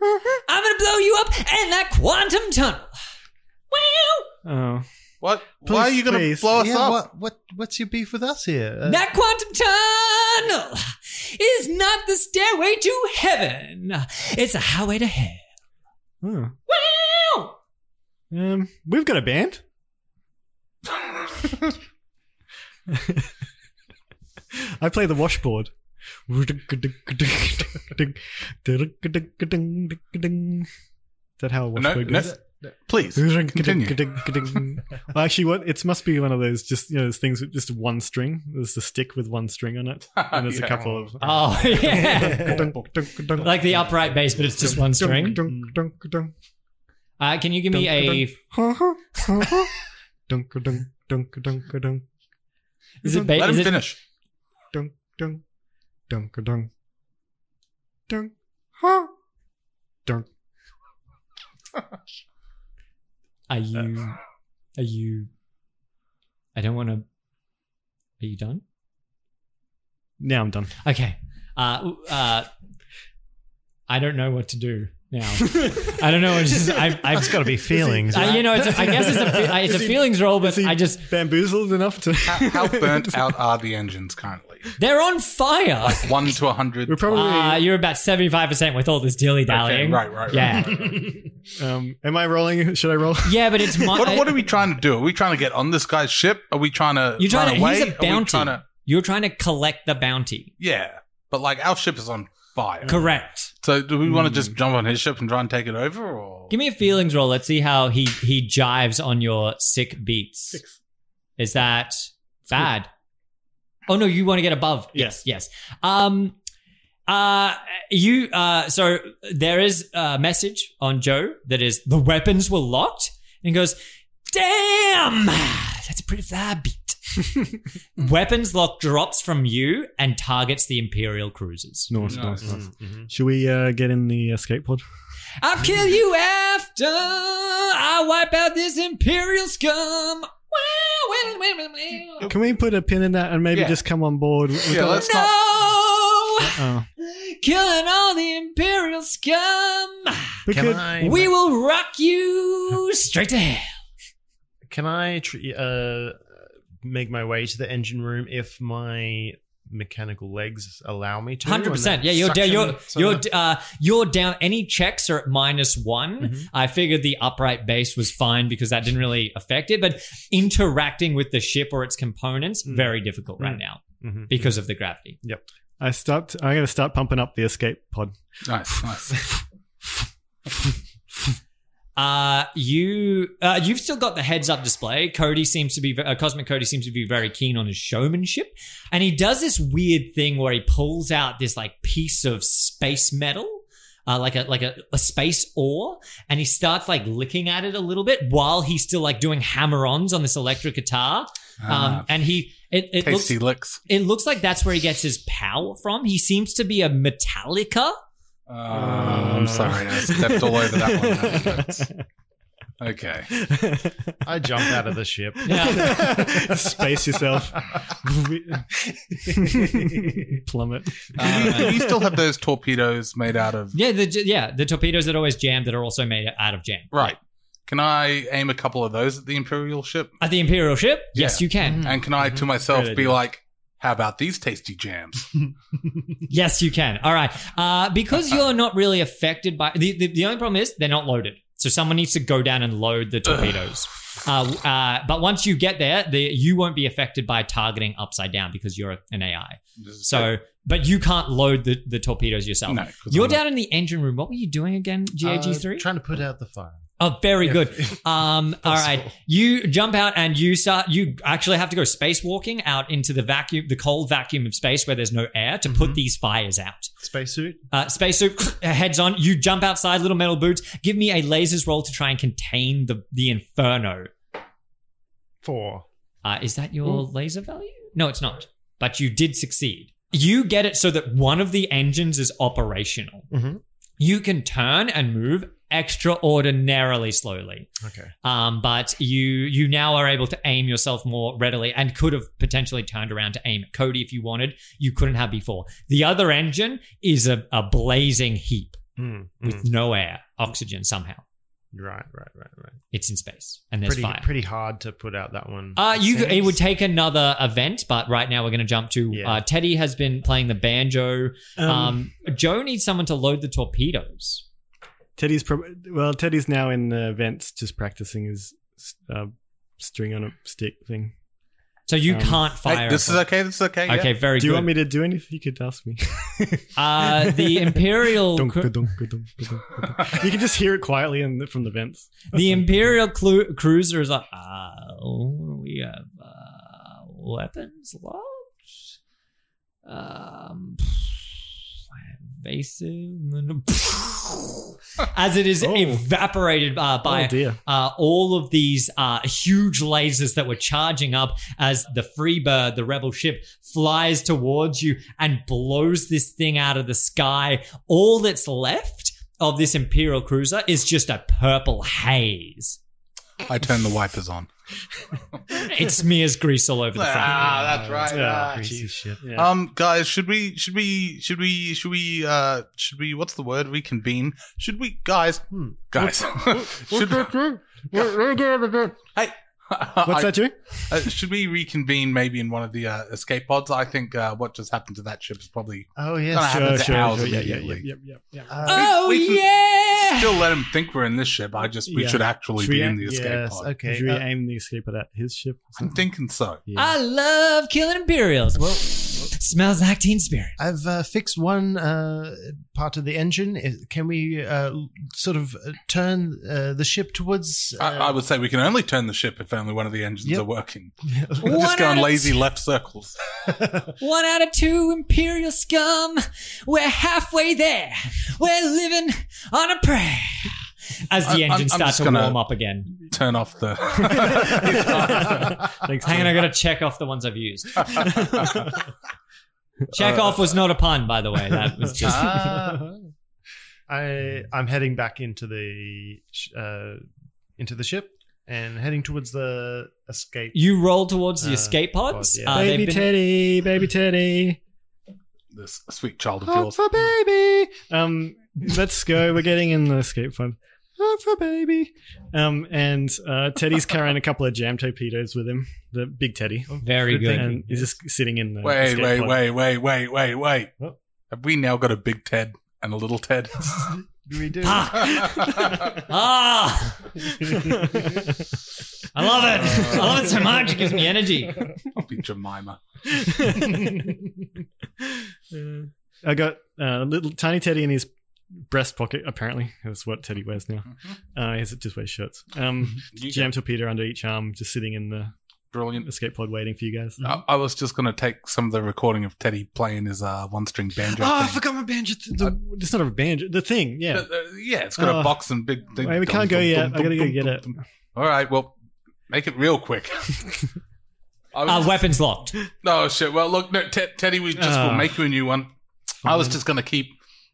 I'm gonna blow you up in that quantum tunnel. Wow!
Oh,
What? Why are
Please,
you going to
please.
blow us
yeah,
up?
what what what's your beef with us here? Uh,
That quantum tunnel is not the stairway to heaven. It's a highway to hell.
oh. Um, we've got a band. I play the washboard. Is that how a
No,
washboard
no,
goes?
please. Continue.
well, actually, what it must be one of those just you know those things with just one string. There's a stick with one string on it, and there's
Yeah.
a couple of uh,
Oh, yeah. like the upright bass, but it's just one string. Hmm. Uh, can you give me a. Is it, ba-
Let
is
him
it
finish.
Are you? Are you? I don't want to. Are you done?
Now I'm done.
Okay. Uh, uh, I don't know what to do now. I don't know. It's just I. I
It's got to be feelings.
I, you know, it's a, I guess it's a fe- I- it's a feelings roll, but
he-
I just
Bamboozled enough to.
How, how burnt out are the engines currently?
they're on fire.
Like one to a hundred.
We're probably.
Uh, you're about seventy five percent with all this dilly dallying.
Okay, right, right, right.
Yeah.
right, right.
um, am I rolling? Should I roll?
Yeah, but it's my.
What, what are we trying to do? Are we trying to get on this guy's ship? Are we trying to?
You're trying
run
to.
away?
He's
Are
a
we
bounty.
trying to-
You're trying to collect the bounty.
yeah, but like our ship is on fire.
Correct.
So do we want to just jump on his ship and try and take it over, or
Hmm. Give me a feelings roll. Let's see how he he jives on your sick beats. Is that bad? Oh no, you want to get above.
Yes.
Yes. Um uh you uh so there is a message on Joe that is the weapons were locked and he goes, "Damn! That's a pretty fly beat." weapons lock drops from you and targets the Imperial cruisers.
Nice,
No.
nice, nice.
Mhm.
Should we uh, get in the escape pod?
I'll kill you after I wipe out this imperial scum. Wow, wow, wow, wow, wow.
Can we put a pin in that and maybe
Yeah.
just come on board? with-
Yeah, let's not.
No,
Oh.
killing all the imperial scum.
We
Can
could-
I,
We will rock you straight to hell.
can I tr- uh, make my way to the engine room if my mechanical legs allow me to?
Hundred percent.
And
Yeah,
that
you're down.
suction-
You're
some
you're
of the-
uh, you're down. Any checks are at minus one.
Mhm.
I figured the upright base was fine because that didn't really affect it. But interacting with the ship or its components
Mm.
very difficult right
Mm.
now
Mhm.
because of the gravity.
I start. I'm going to start pumping up the escape pod.
Nice, nice.
Uh, you uh, you've still got the heads up display. Cody seems to be uh, Cosmic Cody seems to be very keen on his showmanship, and he does this weird thing where he pulls out this like piece of space metal. Uh, like a like a, a space ore, and he starts like licking at it a little bit while he's still like doing hammer-ons on this electric guitar. Um,
Ah,
and he it, it looks
tasty licks.
it looks like that's where he gets his power from. He seems to be a Metallica.
Uh, I'm sorry, I stepped all over that one. That hurts. Okay.
I jump out of the ship.
Yeah.
Space yourself. Plummet.
Do you, Uh, do you still have those torpedoes made out of?
Yeah, the yeah the torpedoes that always jam that are also made out of jam.
Right. Can I aim a couple of those at the Imperial ship?
At the Imperial ship? Yes, you can.
And can I, to myself,
Great
be
idea.
like, how about these tasty jams?
yes, you can. All right. Uh, because you're not really affected by the, the, the only problem is they're not loaded. So someone needs to go down and load the torpedoes. Uh, uh, but once you get there, the, you won't be affected by targeting upside down because you're an AI.
This is
So, but you can't load the, the torpedoes yourself.
good. No, 'cause
You're
I'm not-
down in the engine room. What were you doing again,
Uh,
GAG3?
trying to put out the fire.
oh, very
If-
good.
if
Um, all right.
possible.
You jump out and you start, you actually have to go spacewalking out into the vacuum, the cold vacuum of space where there's no air to put
Mhm.
these fires out.
Spacesuit.
Uh, spacesuit, heads on, you jump outside, little metal boots. Give me a laser's roll to try and contain the, the inferno.
Four.
Uh, is that your laser value? No, it's not. But you did succeed. You get it so that one of the engines is operational.
Mhm.
You can turn and move extraordinarily slowly.
Okay.
um, but you you now are able to aim yourself more readily and could have potentially turned around to aim at Cody if you wanted. You couldn't have before. The other engine is a, a blazing heap
Mm,
with
mm.
no air, oxygen somehow.
Right, right, right, right.
It's in space and there's
Pretty,
fire.
pretty hard to put out that one.
uh, you
Seems-
it would take another event, but right now we're going to jump to
Yeah.
uh, Teddy has been playing the banjo.
Um,
Um, Joe needs someone to load the torpedoes.
Teddy's prob well, Teddy's now in the vents, just practicing his uh, string on a stick thing.
So you
Um,
can't
Hey,
fire.
this is
a-
okay. This is okay. yeah.
okay. Very
Do you
good.
want me to do anything? You could ask me.
uh, the imperial.
Dunk,
cr-
dunk, dunk, dunk, dunk. You can just hear it quietly in the, from the vents.
the Imperial clu- cruiser is like, uh, we have uh, weapons locked. Um, evasive. As it is
Oh.
evaporated uh, by
oh dear!
uh, all of these uh, huge lasers that were charging up as the Freebird, the rebel ship, flies towards you and blows this thing out of the sky. All that's left of this Imperial cruiser is just a purple haze.
I turn the wipers on.
It smears grease all over the front.
Ah, that's right.
Ah,
Ah,
Crazy
jeez.
shit.
Yeah.
Um, guys, should we, should we, should we, should we, uh, should we, what's the word? Reconvene? Should we, guys,
Hmm.
guys, should,
What's that, Drew?
I- uh, should we reconvene maybe in one of the uh, escape pods? I think uh, what just happened to that ship is probably
Oh
Gonna
yes.
happen.
Sure,
happens
sure,
to
sure.
ours
Yeah, yeah, yeah,
immediately.
yeah, yeah, yeah.
Uh,
Oh,
We- we
yeah!
still let him think we're in this ship. I just, we
Yeah.
should actually
Should
be
we-
in the escape
yes.
pod.
Should
Okay.
we
Uh,
aim the escaper at his ship? or
I'm
something?
thinking so.
Yeah.
I love killing Imperials.
well,
Smells like Teen Spirit.
I've uh, fixed one uh, part of the engine. Is- Can we uh, l- sort of uh, turn uh, the ship towards? Uh,
I, I would say we can only turn the ship if only one of the engines
Yep.
are working.
One
just go on
out of
lazy left circles.
One out of two Imperial scum. We're halfway there. We're living on a prayer. As
I-
the
I'm-
engine
I'm
starts
just
to
gonna-
warm up again.
Turn off the.
Thanks.
Hang on, I
Drew.
gotta check off the ones I've used.
Uh,
Check off was not a pun, by the way. That was just.
Uh,
Ah. I I'm heading back into the sh- uh, into the ship and heading towards the escape.
You roll towards the
Uh,
escape pods.
pod, yeah.
Uh, they've
baby
been-
Teddy, baby Teddy.
this sweet child of
That's
yours.
a baby. Um, let's go. We're getting in the escape pod. That's a baby. Um, and uh, Teddy's carrying a couple of jam torpedoes with him. The big Teddy,
Very
Good
good.
thing.
and he's just sitting in the
Wait,
escape
wait,
pod.
wait, wait, wait, wait, wait.
Oh.
Have we now got a big Ted and a little Ted?
Do we do?
Ah. Ah! I love it. I love it so
Uh,
much. It gives me energy.
I'll be Jemima.
Uh, I got uh, little tiny Teddy in his breast pocket. Apparently, that's what Teddy wears now. Uh, he just wears shirts. Um,
You
jam torpedo under each arm, just sitting in the
Brilliant.
escape pod waiting for you guys.
I, I was just going to take some of the recording of Teddy playing his uh, one string banjo.
Ah,
Oh, I
thing.
forgot my banjo. th- the- it's not a banjo. The thing, yeah.
Uh, uh, yeah, it's got a
Oh.
box and big. big
Wait, we can't go yet. I gotta go get it.
All right, well, make it real quick. I was
Uh,
just-
weapons locked.
Oh shit! Well, look, no, Ted Teddy, we just will
Ah.
make you a new one. I was just gonna keep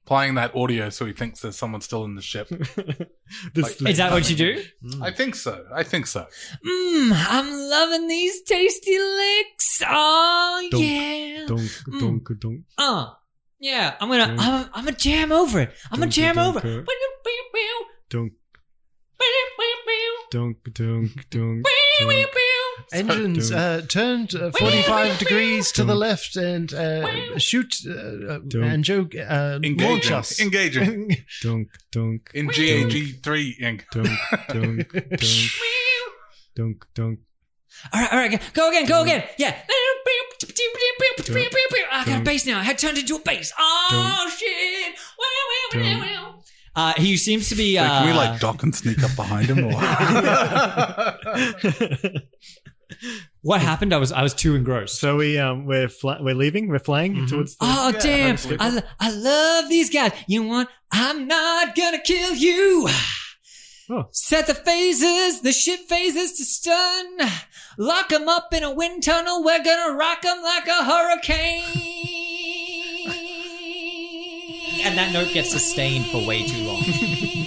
playing that audio so he thinks there's someone still in the ship.
This-
Is that what you do?
Mm.
Mm.
I think so. I think so.
Mmm, I'm loving these tasty licks. Oh,
Dunk,
yeah.
Dunk,
Mm.
dunk, dunk.
Uh, yeah, I'm gonna,
Hmm.
Dunk.
I'm, I'm gonna jam over it. I'm gonna
Dunk,
jam
dunk,
over.
dunk. Dunk, dunk, dunk, dunk. dunk.
Engines uh, turned uh, 45 degrees to the left and uh, shoot uh, uh,
Don't-
and Joe uh, launch
Engaging,
us.
engaging
Dunk, dunk,
in GAG three. Ing.
dunk, dunk, dunk, dunk, dunk.
All right, all right, go again,
Hmm.
go again. Yeah. Ah, I got a bass now. I had turned into a bass. Oh shit! Uh, he seems to be.
So
Uh,
can we like dock and sneak up behind him? Or...
what happened? I was, I was too engrossed.
So we um we're fly- we're leaving. We're flying
Mhm.
towards. The-
Oh
Yeah,
damn!
absolutely.
I, lo- I love these guys. You want? I'm not gonna kill you.
Oh.
Set the phases, the ship phases to stun. Lock 'em up in a wind tunnel. We're gonna rock 'em like a hurricane. and that note gets sustained for way too long.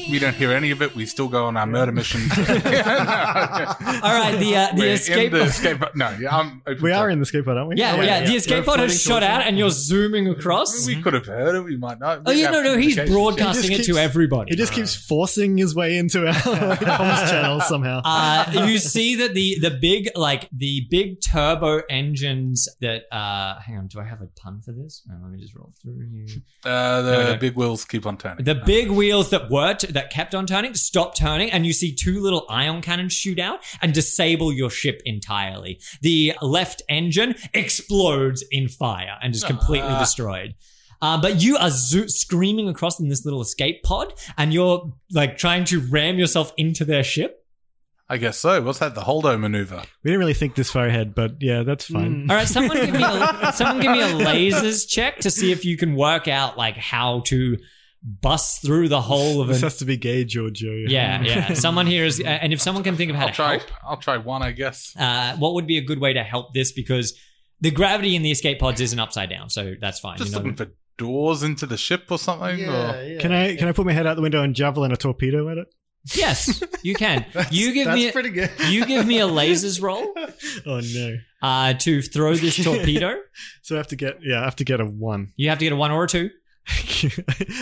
we don't hear any of it. We still go on our murder mission.
All right, the uh, the
We're
escape.
In the escape pod- No, yeah, I'm open
we
to
are
it.
in the escape pod, aren't we?
Oh, yeah,
Oh,
yeah,
wait,
the
We're
escape pod has shot
floating
out,
towards
and you're zooming across.
We could have heard it. We might not.
Oh
We
yeah,
have
no, no, he's
communication.
broadcasting it
keeps-
to everybody.
He just keeps forcing his way into our comms channel somehow.
uh, you see that the the big like the big turbo engines that uh hang on do i have a pun for this Uh, let me just roll through here
Uh, the
No, no.
big wheels keep on turning.
the big wheels that were t- that kept on turning stop turning, and you see two little ion cannons shoot out and disable your ship entirely. The left engine explodes in fire and is completely
Ah.
destroyed. Uh, but you are zo- screaming across in this little escape pod, and you're like trying to ram yourself into their ship.
I guess so. What's that? The holdo maneuver.
We didn't really think this far ahead, but yeah, that's fine.
All right, someone give me a, someone give me a lasers check to see if you can work out like how to bust through the whole of
This
an.
has to be gay, Giorgio.
Yeah, yeah. Someone here is, and if someone can think of how
I'll
to
try.
help,
I'll try one, I guess.
uh, what would be a good way to help this? Because the gravity in the escape pods isn't upside down, so that's fine.
Just
Ah, you know,
looking for doors into the ship or something. Or...
Can I can I put my head out the window and javelin a torpedo at it?
yes, you can. you give
That's
me. A,
pretty good.
you give me a lasers roll
Oh no!
uh, to throw this torpedo.
So I have to get yeah, I have to get a one.
You have to get a one or a two.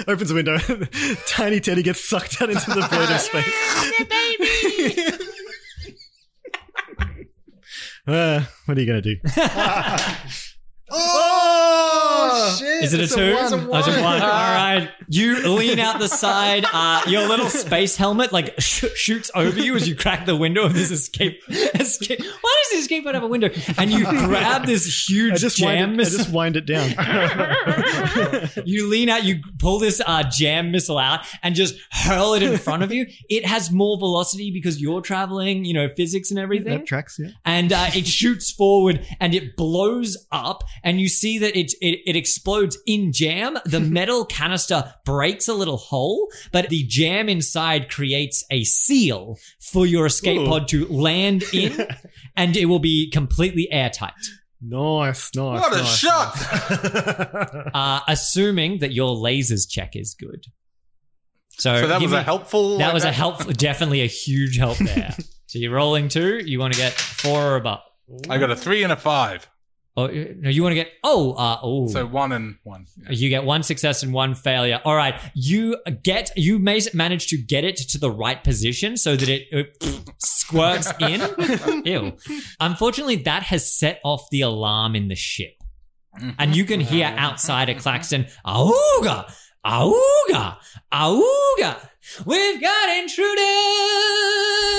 Opens the window. Tiny Teddy gets sucked out into the void of space. uh, what are you gonna do?
Oh, shit!
Is it a
it's
two?
It's a
Oh,
one.
it's a one. All right. You lean out the side. Uh, your little space helmet like sh- shoots over you as you crack the window of this escape. escape. Why does the escape pod have a window? And you grab this
I
huge
just,
jam
wind it, I
missile.
just wind it down.
you lean out. You pull this uh, jam missile out and just hurl it in front of you. It has more velocity because you're traveling. You know physics and everything
that tracks, yeah.
and uh, it shoots forward and it blows up and you see that it, it it explodes in jam the metal canister breaks a little hole but the jam inside creates a seal for your escape
Ooh.
pod to land in and it will be completely airtight
Nice, nice.
what a
nice.
shot!
uh, assuming that your lasers check is good so,
so that
give
was
me-
a helpful.
that was a
okay.
helpful definitely a huge help there so you're rolling two you want to get four or above
I got a three and a five.
Oh no! You want to get oh uh, oh.
So one and one.
You get one success and one failure. All right, you get you may manage to get it to the right position so that it, it squirts in. Ew. Unfortunately, that has set off the alarm in the ship, and you
Mm-hmm.
can hear outside a Claxton auga, auga, auga. We've got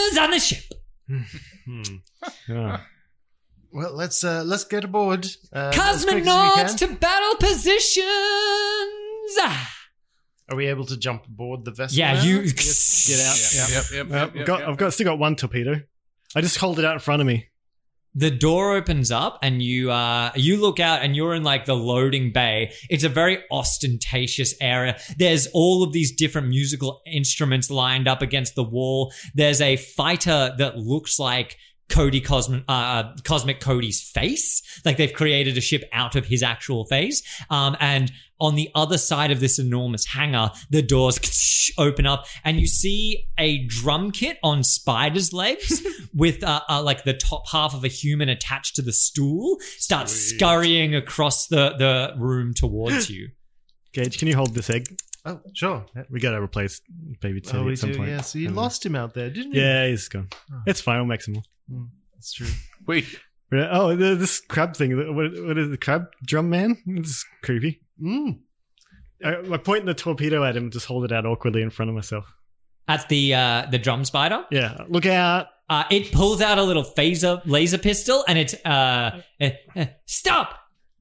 intruders on the ship.
Hmm.
Yeah.
Well, let's uh, let's get aboard. Uh, as quick as we
Cosmonauts
can.
to battle positions. Ah.
Are we able to jump aboard the vessel?
Yeah,
now?
you
Get out.
Yep,
Yeah.
yep, yep,
Uh,
yep,
I've
yep,
got,
yep.
I've got, still got one torpedo. I just hold it out in front of me.
the door opens up and you uh you look out and you're in like the loading bay it's a very ostentatious area there's all of these different musical instruments lined up against the wall there's a fighter that looks like Cody Cosmic, uh, Cosmic Cody's face, like they've created a ship out of his actual face. Um, and on the other side of this enormous hangar, the doors open up, and you see a drum kit on spider's legs with uh, uh, like the top half of a human attached to the stool start scurrying across the, the room towards you.
Gage, can you hold this egg?
Oh, sure.
We got to replace baby Teddy
Oh, we
at some
do.
point.
Yeah. So you
Um,
lost him out there, didn't you?
Yeah, he's gone.
Oh.
It's fine. We'll make some more.
that's true.
Wait,
Yeah, Oh, the- this crab thing. What, what is the crab drum man? It's creepy.
Mm.
I, I point the torpedo at him. Just hold it out awkwardly in front of myself.
At the uh, the drum spider,
Yeah, look out!
uh, it pulls out a little phaser laser pistol, and it's uh, eh, eh, stop!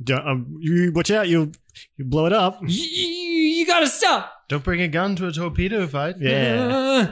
Don't- Um, you watch out. You'll you blow it up.
You, you, you gotta stop!
Don't bring a gun to a torpedo fight.
Yeah.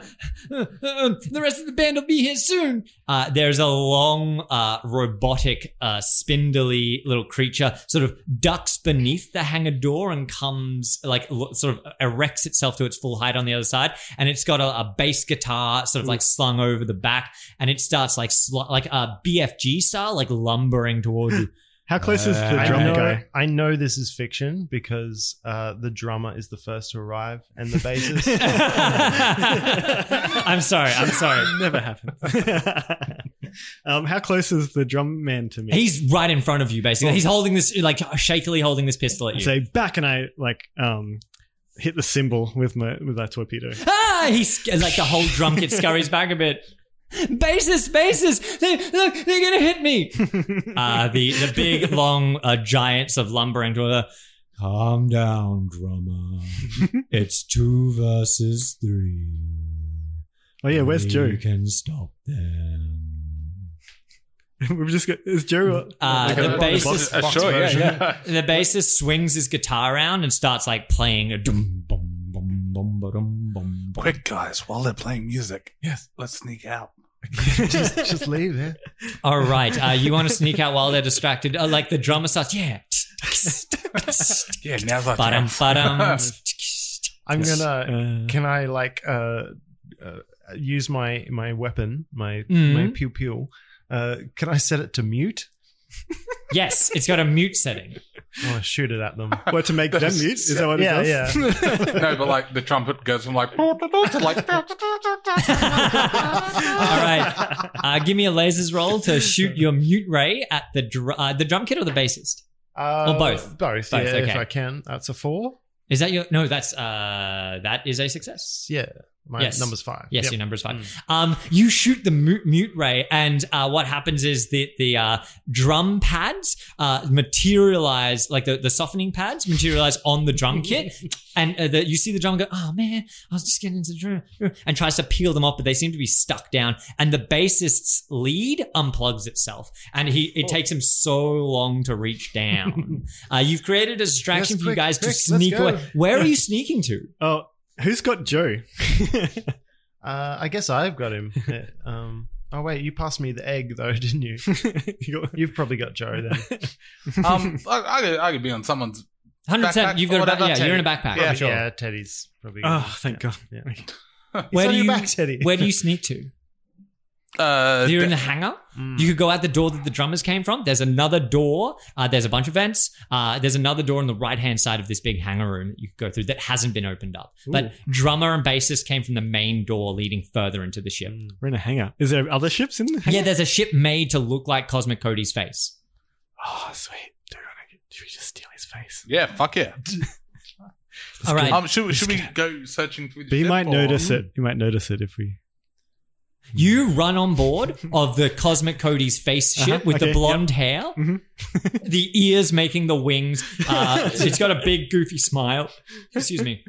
Uh, uh, uh, the rest of the band will be here soon. Uh, there's a long, uh, robotic, uh, spindly little creature sort of ducks beneath the hangar door and comes, like, lo- sort of erects itself to its full height on the other side. And it's got a, a bass guitar sort of like slung over the back. And it starts like, sl- like uh, a BFG style, like lumbering towards you.
How close is the
Uh,
I
drum
know,
guy?
I know this is fiction because uh, the drummer is the first to arrive and the bassist.
I'm sorry. I'm sorry.
Never happens. um, how close is the drum man to me?
He's right in front of you, basically. He's holding this, like, shakily holding this pistol at
I
you.
say back, and I like um, hit the cymbal with my with that torpedo.
ah, he's like the whole drum kit scurries back a bit. Basis, basis, they, look, they're Uh, gonna hit me. uh, the the big long uh, giants of lumbering to the. Calm down, drummer. it's two versus three.
Oh yeah, where's Joe?
can stop them.
We've just got is Joe.
Uh,
Like
the
a- a
bassist-
box- a
box
show, yeah,
version.
yeah.
The bassist swings his guitar around and starts like playing a dum bum bum bum ba-dum, bum bum.
Quick, guys, while they're playing music. Yes. Let's sneak out.
just, just leave it.
All right, uh, you want to sneak out while they're distracted? Uh, like the drummer starts, yeah.
Yeah, now's our
Ba-dum,
time.
ba-dum.
I'm
Yes.
gonna
Uh,
Can I like uh, uh use my my weapon, my
Mhm.
my pew pew? Uh, can I set it to mute
Yes, it's got a mute setting.
I want to shoot it at them?
what to make them
That's-
mute? Is that what
yeah,
it does?
no, but like the trumpet goes from like to like.
All right, uh, give me a lasers roll to shoot your mute ray at the dr- uh, the drum kit or the bassist.
Uh,
Or both.
both,
Both,
yeah, if
okay.
I can. That's a four.
Is that your no? That's uh, that is a success.
Yeah, my
Yes.
number's five.
Yes,
Yep. Mm.
your number is fine. Um, you shoot the mute, mute ray, and uh, what happens is the the uh, drum pads uh, materialize, like the, the softening pads materialize on the drum kit, and uh, the, you see the drummer go, "Oh man, I was just getting into the drum," and tries to peel them off, but they seem to be stuck down. And the bassist's lead unplugs itself, and he
Oh.
it takes him so long to reach down. uh, you've created a distraction
Yes,
for you
quick,
guys to
quick, let's
sneak
go.
away. Where are you sneaking to?
Oh, who's got Joe?
Uh, I guess I've got him. Yeah, um, oh wait, you passed me the egg though, didn't you?
You got-
You've probably got Joe then.
Um, I, I, could, I could be on someone's.
Hundred percent.
Backpack
You've got
or
a back,
whatever,
yeah. You're in a backpack.
yeah,
for sure.
yeah, Teddy's probably.
oh, thank God.
He's
Where
on
do
your
you-
back, Teddy?
Where do you sneak to?
Uh,
You're in the hangar.
Mm.
You could go out the door that the drummers came from. There's another door. Uh, there's a bunch of vents. Uh, there's another door on the right hand side of this big hangar room that you could go through that hasn't been opened up. But drummer and bassist came from the main door leading further into the ship.
Mm.
We're in a hangar. Is there other ships in the hangar?
Yeah, there's a ship made to look like Cosmic Cody's face.
Oh, sweet. Do we, wanna, do we just steal his face?
yeah, fuck yeah.
All right.
Um, should, should we go searching through? The
But he
ship,
might
or-
notice it. He might notice it if we.
You run on board of the Cosmic Cody's face ship
Uh-huh,
with
okay,
the blonde hair, the ears making the wings. Uh, it's got a big goofy smile. Excuse me.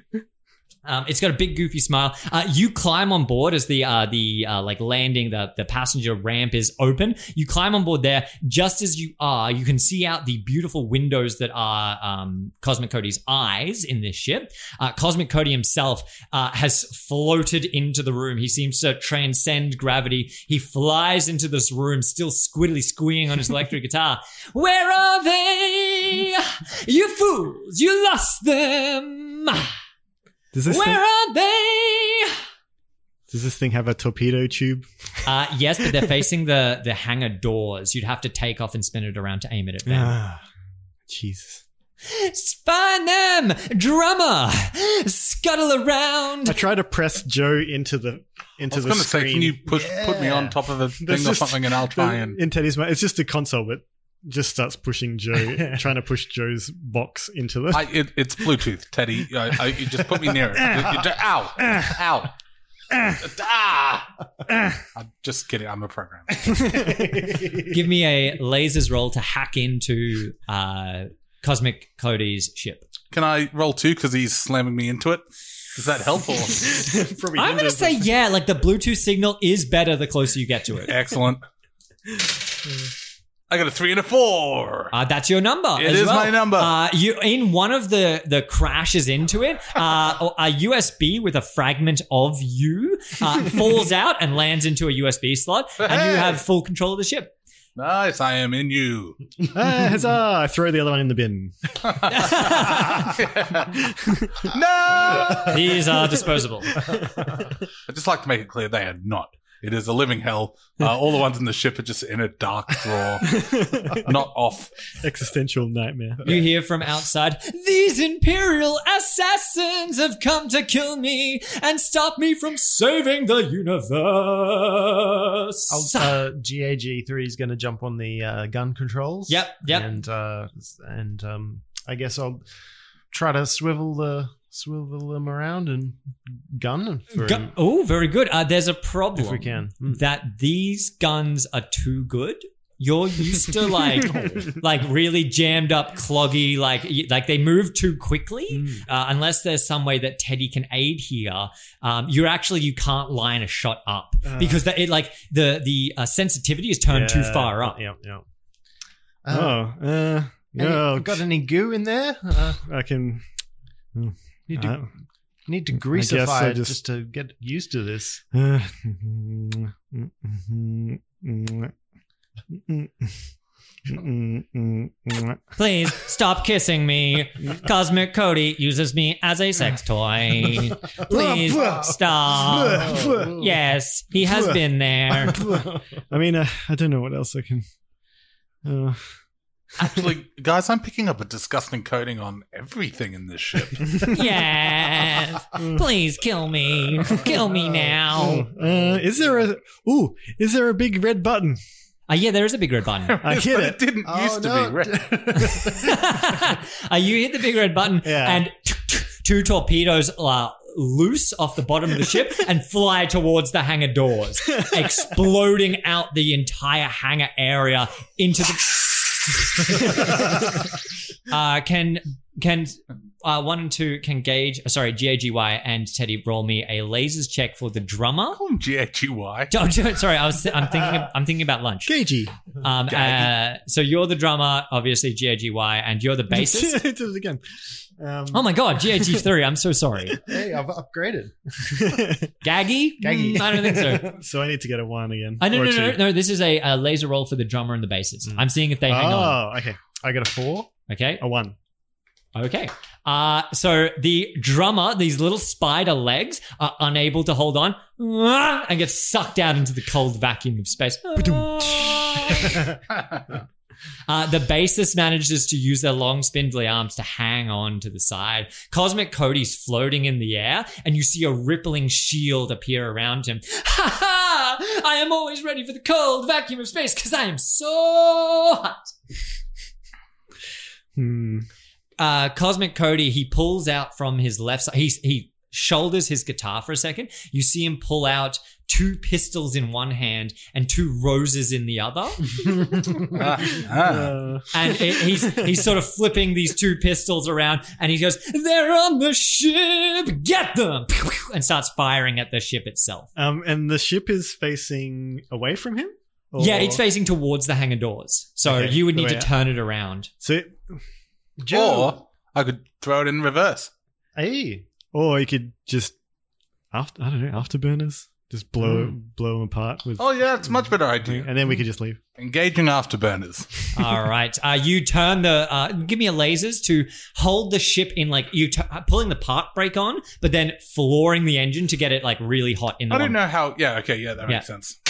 Um, it's got a big goofy smile. Uh, you climb on board as the uh, the uh, like landing the the passenger ramp is open. You climb on board there. Just as you are, you can see out the beautiful windows that are um, Cosmic Cody's eyes in this ship. Uh, Cosmic Cody himself uh, has floated into the room. He seems to transcend gravity. He flies into this room, still squiddly squeeing on his electric guitar. Where are they? You fools! You lost them!
Does this
Where
thing,
are they?
does this thing have a torpedo tube?
Uh, yes, but they're facing the the hangar doors. You'd have to take off and spin it around to aim it at them.
Ah, Jesus.
Spy them, drummer. Scuttle around.
I try to press Joe into the
I
into
was
the
going to
screen.
say, can you push, put me on
Yeah.
top of a thing
There's
or
just-
something, and I'll try and.
in Teddy's mouth? It's just a console, but just starts pushing Joe, trying to push Joe's box into the.
I, it, it's Bluetooth, Teddy. I, I, you just put me near it. You- you ju- ow, ow. ah. I'm just kidding. I'm a programmer.
Give me a lasers roll to hack into uh, Cosmic Cody's ship.
Can I roll two because he's slamming me into it? Is that helpful?
Probably
I'm gonna
hinders
say
us.
yeah. Like the Bluetooth signal is better the closer you get to it.
Excellent. I got a three and a four.
Uh, that's your number.
It
as
is
well.
my number.
Uh, you in one of the the crashes into it. Uh, a USB with a fragment of you uh, falls out and lands into a USB slot, and you
Hey.
have full control of the ship.
Nice. I am in you.
Uh,
Ah, huzzah! I throw the other one in the bin.
no.
These are disposable.
I'd just like to make it clear they are not. It is a living hell. Uh, all the ones in the ship are just in a dark drawer, not off.
Existential nightmare.
You hear from outside, these imperial assassins have come to kill me and stop me from saving the universe.
I'll, uh, GAG three is going to jump on the uh, gun controls.
yep, yep.
And uh, and um, I guess I'll try to swivel the swivel them around and gun them for
Gu-
him
oh, very good. Uh, there's a problem.
if we can. Mm.
That these guns are too good You're used to like
oh,
like really jammed up, cloggy, like y- like they move too quickly.
Hmm.
Uh, unless there's some way that Teddy can aid here, um, you're actually you can't line a shot up
Uh.
because that it like the the uh, sensitivity is turned too
Yeah,
far up.
Yeah, yeah. Uh,
Oh, uh,
any-
no,
got any goo in there? Uh,
I can.
need to
I-
need to
guess I
greasify it
just-
just, to get used to this.
Uh,
Please stop kissing me. Cosmic Cody uses me as a sex toy. Please stop. Yes, he has been there.
I mean, uh, I don't know what else I can. Uh,
Actually, guys, I'm picking up a disgusting coating on everything in this ship.
Yes. Please kill me. Kill me now.
uh, is there a ooh? Is there a big red button?
Uh, yeah, there is a big red button.
I
Yes,
hit
but
it.
didn't
Oh,
used to
no.
be red.
uh, you hit the big red button
Yeah.
and two torpedoes uh, loose off the bottom of the ship and fly towards the hangar doors, exploding out the entire hangar area into the. uh, can can uh, one and two can gauge? uh, Sorry, Gagy and Teddy roll me a lasers check for the drummer.
Call him G-H-U-Y.
Don't do it. Sorry, I was. I'm thinking. I'm thinking about lunch.
Gagey.
Um, uh, so you're the drummer, obviously G A G Y, and you're the bassist.
Did it again. Um,
Oh my god, G A G three. I'm so sorry.
Hey, I've upgraded.
Gaggy?
Gaggy.
Mm, I don't think so.
so I need to get a one again.
I no,
or
no, no,
a two. Mm.
no. This is a, a laser roll for the drummer and the bassist. I'm seeing if they hang on.
Oh, okay. I got a four,
Okay,
a one.
okay. Uh, so the drummer, these little spider legs, are unable to hold on and get sucked out into the cold vacuum of space. Uh, the bassist manages to use their long, spindly arms to hang on to the side. Cosmic Cody's floating in the air, and you see a rippling shield appear around him. Ha ha! I am always ready for the cold vacuum of space because I am so hot.
Hmm.
Uh, Cosmic Cody, he pulls out from his left side. He, he shoulders his guitar for a second. You see him pull out two pistols in one hand and two roses in the other.
Ah, ah.
Uh,
and it, he's he's sort of flipping these two pistols around, and he goes, "They're on the ship, get them!" and starts firing at the ship itself.
um, and the ship is facing away from him. Or-
Yeah,
Oh.
it's facing towards the hangar doors, so
Okay,
you would
the
need
way
to
out.
turn it around.
So it-
Joe.
Or I could throw it in reverse.
Hey.
or you could just after I don't know afterburners just blow
Hmm.
blow them apart with.
Oh, yeah, it's a much better idea.
and then we could just leave.
Engaging afterburners.
All right, uh, you turn the uh, give me a lasers to hold the ship in like you t- pulling the part brake on, but then flooring the engine to get it like really hot in the.
I don't
one-
know how. Yeah, okay, yeah, that
Yeah.
makes sense.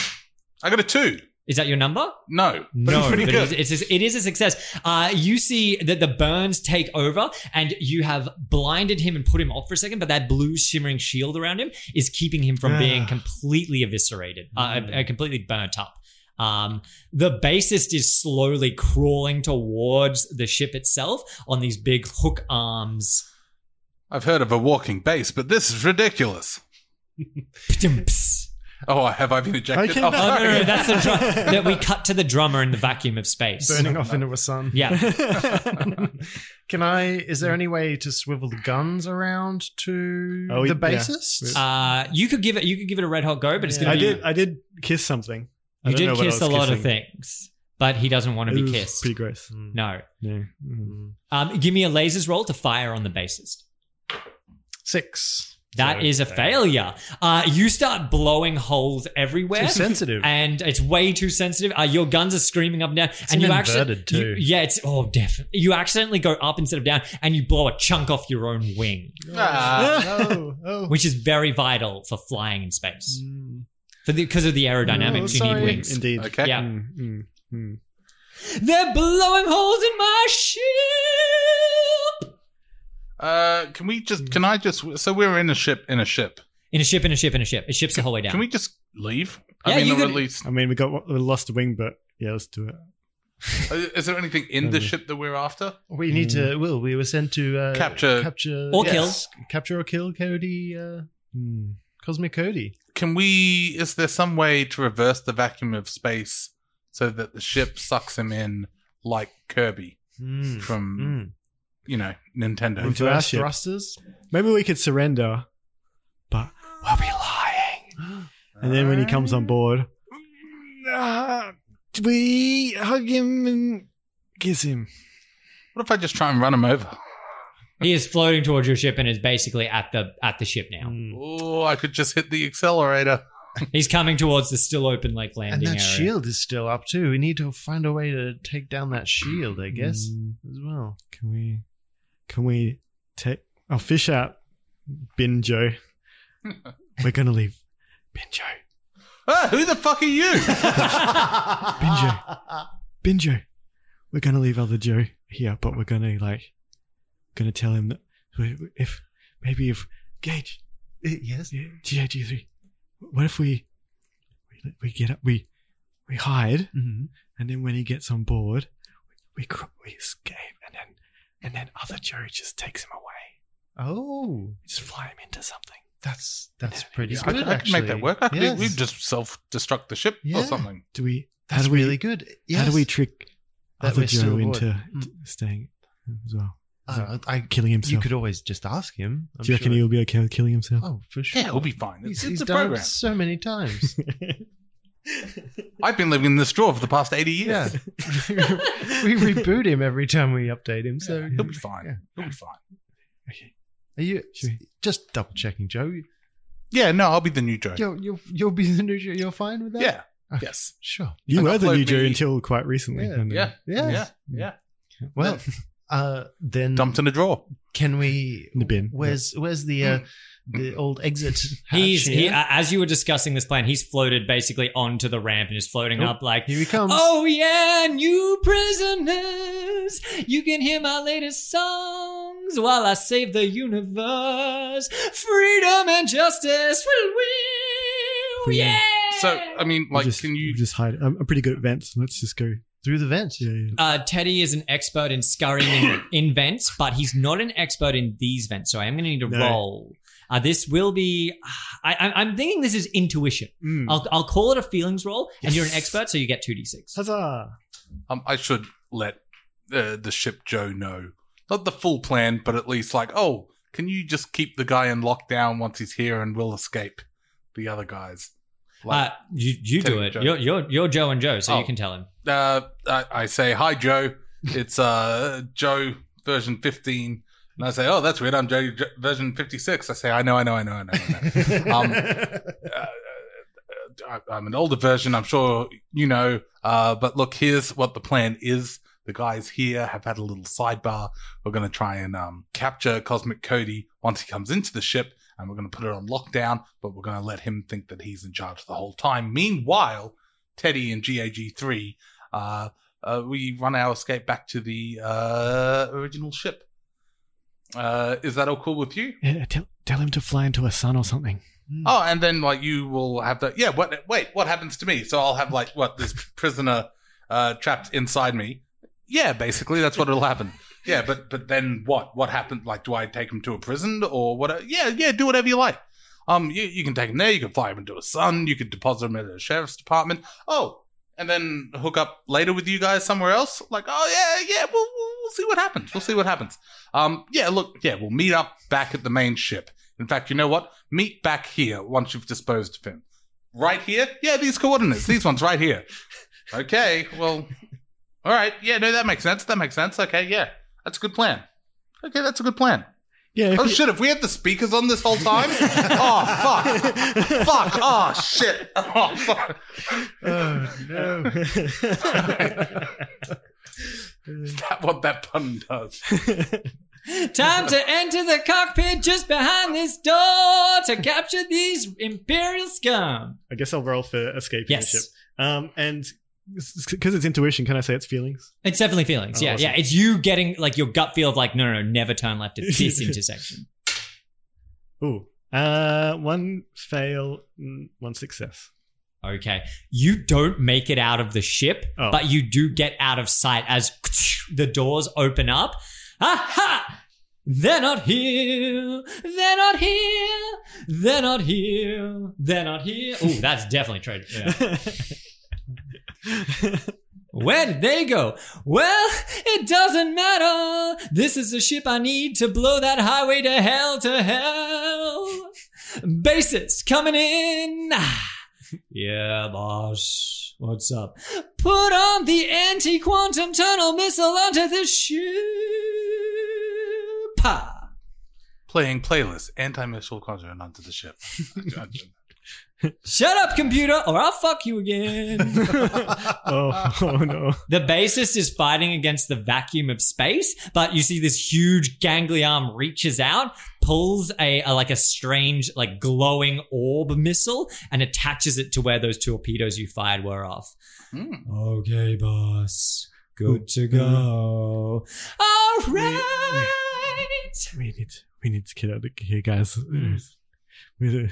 I got a two.
Is that your number?
No, but it's
no,
pretty
but
good.
it's, it's, it's- it is a success. Uh, you see that the burns take over, and you have blinded him and put him off for a second, but that blue shimmering shield around him is keeping him from being
Ah.
completely eviscerated, uh,
Mm.
uh, completely burnt up. Um, the bassist is slowly crawling towards the ship itself on these big hook arms.
I've heard of a walking base, but this is ridiculous.
Ptum-ps.
Oh, have I been ejected?
came
oh,
back.
Oh, no,
sorry.
no, no, that's the drum- that we cut to the drummer in the vacuum of space.
Burning off into a sun.
Yeah.
Can I? Is there any way to swivel the guns around to
Oh,
the
yeah.
bassist?
Uh, you could give it. You could give it a red hot go, but it's
Yeah.
gonna
I
be.
did I did kiss something. I
You
don't know
did
what I
kiss a
was
lot of
kissing.
things, but he doesn't want to
It
be
was
kissed.
Pretty gross.
Mm.
no.
No. Mm.
Um, give me a lasers roll to fire on the bassist.
Six.
That is a failure. Uh, you start blowing holes everywhere.
Too sensitive.
And it's way too sensitive. Uh, your guns are screaming up and down, and
an
you actually,
inverted
you-
too.
yeah, it's oh, definitely. You accidentally go up instead of down, and you blow a chunk off your own wing,
Ah,
oh, oh.
which is very vital for flying in space. For because of the
Oh,
aerodynamics, Mm. you need
sorry.
wings.
Indeed.
okay.
Yeah.
Mm, mm, mm.
They're blowing holes in my ship.
Uh, can we just? Can I just? So we're in a ship. In a ship.
In a ship, in a ship, in a ship. It ships the whole way down.
Can we just leave?
Yeah,
I mean,
you
or at
could-
least.
I mean, we got we lost a wing, but yeah, let's do it.
uh, Is there anything in the ship that we're after?
We need to. Well, we were sent to uh,
Capture-
capture,
Or
kill, capture or kill Cody, uh,
Mm.
Cosmic Cody.
Can we? Is there some way to reverse the vacuum of space so that the ship sucks him in like Kirby from
Mm.
you know Nintendo.
Into our
Reverse
ship.
thrusters.
Maybe we could surrender, but we'll be lying. And then when he comes on board, uh, we hug him and kiss him.
what if I just try and run him over?
He is floating towards your ship and is basically at the at the ship now.
Mm.
Oh, I could just hit the accelerator.
He's coming towards the still open like
And
landing
that
area.
shield is still up too. We need to find a way to take down that shield, I guess,
Mm,
as well.
Can we? Can we take? I'll fish out Binjo. We're gonna leave Binjo.
Ah, who the fuck are you?
Binjo. Binjo. We're gonna leave other Joe here, but we're gonna like, gonna tell him that we- if maybe if Gage
Yes.
Yeah, GIG three. What if we, we we get up, we we hide,
Mm-hmm.
and then when he gets on board, we we, cr- we escape, and then and then other Joe just takes him away.
Oh,
We just fly him into something.
that's that's pretty
I,
good.
could- I could make that
actually.
work. I could,
Yes.
We'd just self destruct the ship
Yeah.
or something.
Do we?
That's
how do we,
really good. Yes.
How do we trick
That
other
we're still
Joe
aboard.
into
Mm.
t- staying as well,
Uh, I,
killing
you
himself?
could always just ask him. I'm
Do you reckon
sure.
he'll be okay with killing himself?
Oh, for sure.
Yeah, it'll be fine. It's,
He's,
it's
he's
a
done
program.
it so many times.
I've been living in this drawer for the past 80
yeah.
years.
we reboot him every time we update him. So
He'll be fine.
Yeah.
He'll be fine.
are you
Should we-
just double checking, Joe?
Yeah, no, I'll be the new Joe.
You'll you'll you'll be the new. You're fine with that.
Yeah.
Okay.
Yes.
Sure.
You
I
were the
upload
new Joe
me-
until quite recently.
Yeah.
and, uh,
Yeah.
Yeah.
Yeah. Yeah.
Mm. Well, uh, then
Dumped in a drawer.
can we?
In the bin.
Where's where's the uh,
Mm.
the old exit? hatch
He's he,
here?
uh, as you were discussing this plan, he's floated basically onto the ramp and is floating
Oh,
up like.
here he comes.
Oh yeah, new prisoners. You can hear my latest songs while I save the universe. Freedom and justice will win.
Freedom.
Yeah.
So, I mean,
We'll
like,
just-
can you.
we'll just hide? I'm, I'm pretty good at vents. Let's just go.
through the vent.
Yeah, yeah.
Uh, Teddy is an expert in scurrying in, in vents, but he's not an expert in these vents. So I am going to need a
No.
roll. Uh, this will be. I, I, I'm thinking this is intuition.
Hmm. Um,
Mm.
I'll, I'll call it a feelings roll, and you're an expert, so you get two d6.
Huzzah!
Um, I should let uh, the ship Joe know. Not the full plan, but at least like, oh, can you just keep the guy in lockdown once he's here and we'll escape the other guys?
Uh,
Like,
you you
Teddy
do
and
it.
Joe.
You're, you're you're Joe and Joe, so you
Oh.
can tell him.
uh, I, I say, hi, Joe. It's uh, Joe version 15. And I say, oh, that's weird. I'm Joe J- version 56. I say, I know, I know, I know, I know. I know. um, uh, I- I'm an older version, I'm sure you know. Uh, but look, here's what the plan is. The guys here have had a little sidebar. We're going to try and um, capture Cosmic Cody once he comes into the ship, and we're going to put it on lockdown, but we're going to let him think that he's in charge the whole time. Meanwhile, Teddy and GAG3, uh, uh, we run our escape back to the uh, original ship. Uh, is that all cool with you?
Yeah, tell, tell him to fly into a sun or something.
Oh, and then like you will have the yeah. What wait? What happens to me? So I'll have like what this prisoner uh, trapped inside me. Yeah, basically that's what it'll happen. Yeah, but but then what? What happened? Like, do I take him to a prison or what? Yeah, yeah. Do whatever you like. Um, you, you can take him there. You can fly him into a sun. You can deposit him at a sheriff's department. Oh, and then hook up later with you guys somewhere else. Like, oh yeah, yeah. We'll we'll, we'll see what happens. We'll see what happens. Um, yeah. Look, yeah. We'll meet up back at the main ship. In fact, you know what? Meet back here once you've disposed of him. Right here? Yeah, these coordinates. These ones right here. Okay, well, all right. Yeah, no, that makes sense. That makes sense. Okay, yeah, that's a good plan. Okay, that's a good plan.
Yeah, if
Oh
you-
shit! Have we had the speakers on this whole time? oh fuck! Fuck! Oh shit! Oh fuck!
Oh, no.
Is that what that pun does?
Time to enter the cockpit just behind this door to capture these imperial scum.
I guess I'll roll for escaping
Yes.
the ship. Um, and because it's intuition, can I say it's feelings?
It's definitely feelings.
Oh,
yeah,
awesome.
yeah. It's you getting like your gut feel of like, no, no, no, never turn left at this intersection.
Ooh, uh, one fail, mm, one success.
Okay. You don't make it out of the ship,
Oh.
but you do get out of sight as the doors open up. Aha! They're not here. They're not here. They're not here. They're not here. Ooh, that's definitely true. Yeah. Where did they go? Well, it doesn't matter. This is the ship I need to blow that highway to hell to hell. Basis coming in. Ah. Yeah, boss. What's up? Put on the anti quantum tunnel missile onto the ship. Ah.
Playing playlist anti missile quadrant onto the ship.
Shut up, computer, or I'll fuck you again.
oh, oh no.
The bassist is fighting against the vacuum of space, but you see this huge gangly arm reaches out, pulls a, a- like a strange like glowing orb missile and attaches it to where those torpedoes you fired were off.
Hmm.
Okay, boss. Good Mm. to go. All right.
We need we need to get out of here, guys. We do.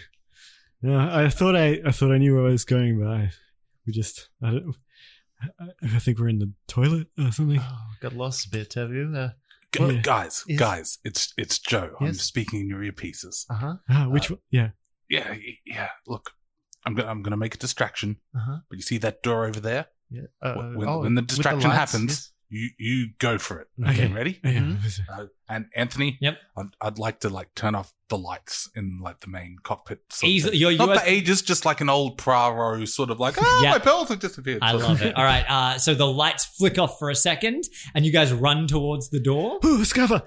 No, I thought I I thought I knew where I was going, but I we just I don't. I, I think we're in the toilet or something.
Oh, got lost a bit, have you? Uh
Gu-
Well,
guys,
yes.
guys, it's it's Joe. I'm
Yes.
speaking in your earpieces.
huh.
Ah, which one? Yeah.
Yeah, y- yeah. Look, I'm gonna I'm gonna make a distraction.
Uh huh.
But you see that door over there?
Yeah. Uh,
Wh- when-
oh,
when the
with
distraction
lights,
happens,
yes.
You you go for it.
Okay.
Okay, ready?
Yeah.
Uh, and Anthony,
Yep.
I'd, I'd like to like turn off the lights in like the main cockpit. sort of
Easily,
thing.
your
Not
US
for ages, just like an old Praro sort of like, oh,
Yeah.
my pearls have disappeared.
I
sort of
love it. All right. Uh, so the lights flick off for a second, and you guys run towards the door.
Ooh, Scarver!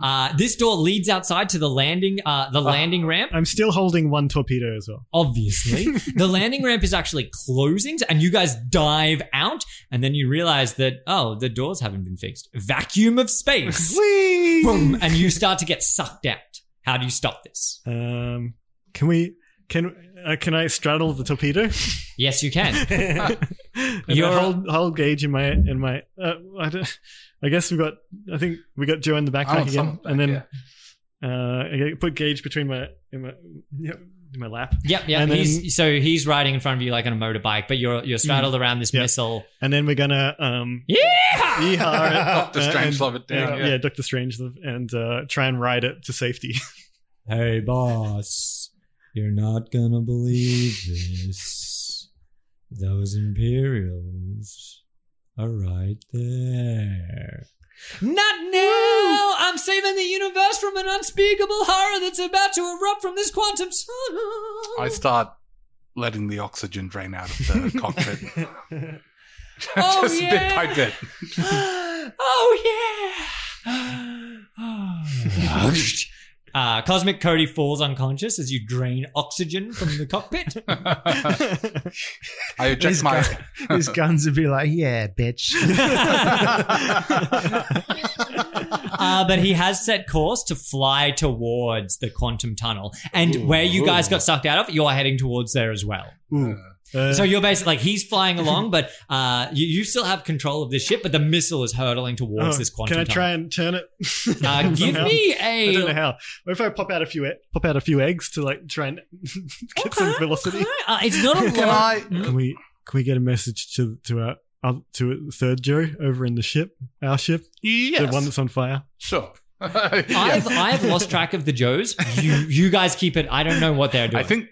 Uh, this door leads outside to the landing, uh, the landing ramp.
I'm still holding one torpedo as well.
obviously. the landing ramp is actually closing, and you guys dive out, and then you realize that, oh, the doors haven't been fixed. Vacuum of space. Boom, and you start to get sucked out. How do you stop this?
Um, can we? Can uh, can I straddle the torpedo?
Yes, you can.
and
You're-
Your whole whole gauge in my in my. Uh, I, don't- I guess we got. I think we got Joe in the
I'm on
backpack again,
Oh, something,
and then
yeah.
uh, I put gauge between my in my yep, in my lap,
Yep, yep.
And then-
he's, so he's riding in front of you like on a motorbike, but you're you're straddled around this
Yeah.
missile.
and then we're gonna um.
Yeah.
Yeehaw it,
Doctor
uh,
Strange
and-
love it.
Yeah,
down, yeah.
yeah, Doctor Strange, and uh, try and ride it to safety.
Hey, boss, you're not gonna believe this. Those Imperials are right there. Not now! I'm saving the universe from an unspeakable horror that's about to erupt from this quantum tunnel.
I start letting the oxygen drain out of the cockpit.
Oh,
just bit by
yeah.
bit.
oh yeah. Ah. uh, Cosmic Cody falls unconscious as you drain oxygen from the cockpit.
I eject
He's
my.
His guns would be like, yeah, bitch.
uh, but he has set course to fly towards the quantum tunnel. And
Ooh.
where you guys got sucked out of, you're heading towards there as well.
Ooh. Uh,
So you're basically like he's flying along, but uh, you, you still have control of this ship, but the missile is hurtling towards
oh,
this quantum
can I try
tunnel.
and turn it?
Uh, give
Somehow.
me
I don't know
a.
how. What if I pop out a few e- pop out a few eggs to like try and get some
Okay,
velocity?
okay. Uh, it's not a
Can
long-
I?
Can we can we get a message to to our oth- to third Joe over in the ship, our ship,
Yes.
the one that's on fire?
sure.
I've,
Yes.
I've lost track of the Joes. You you guys keep it. I don't know what they're doing.
I think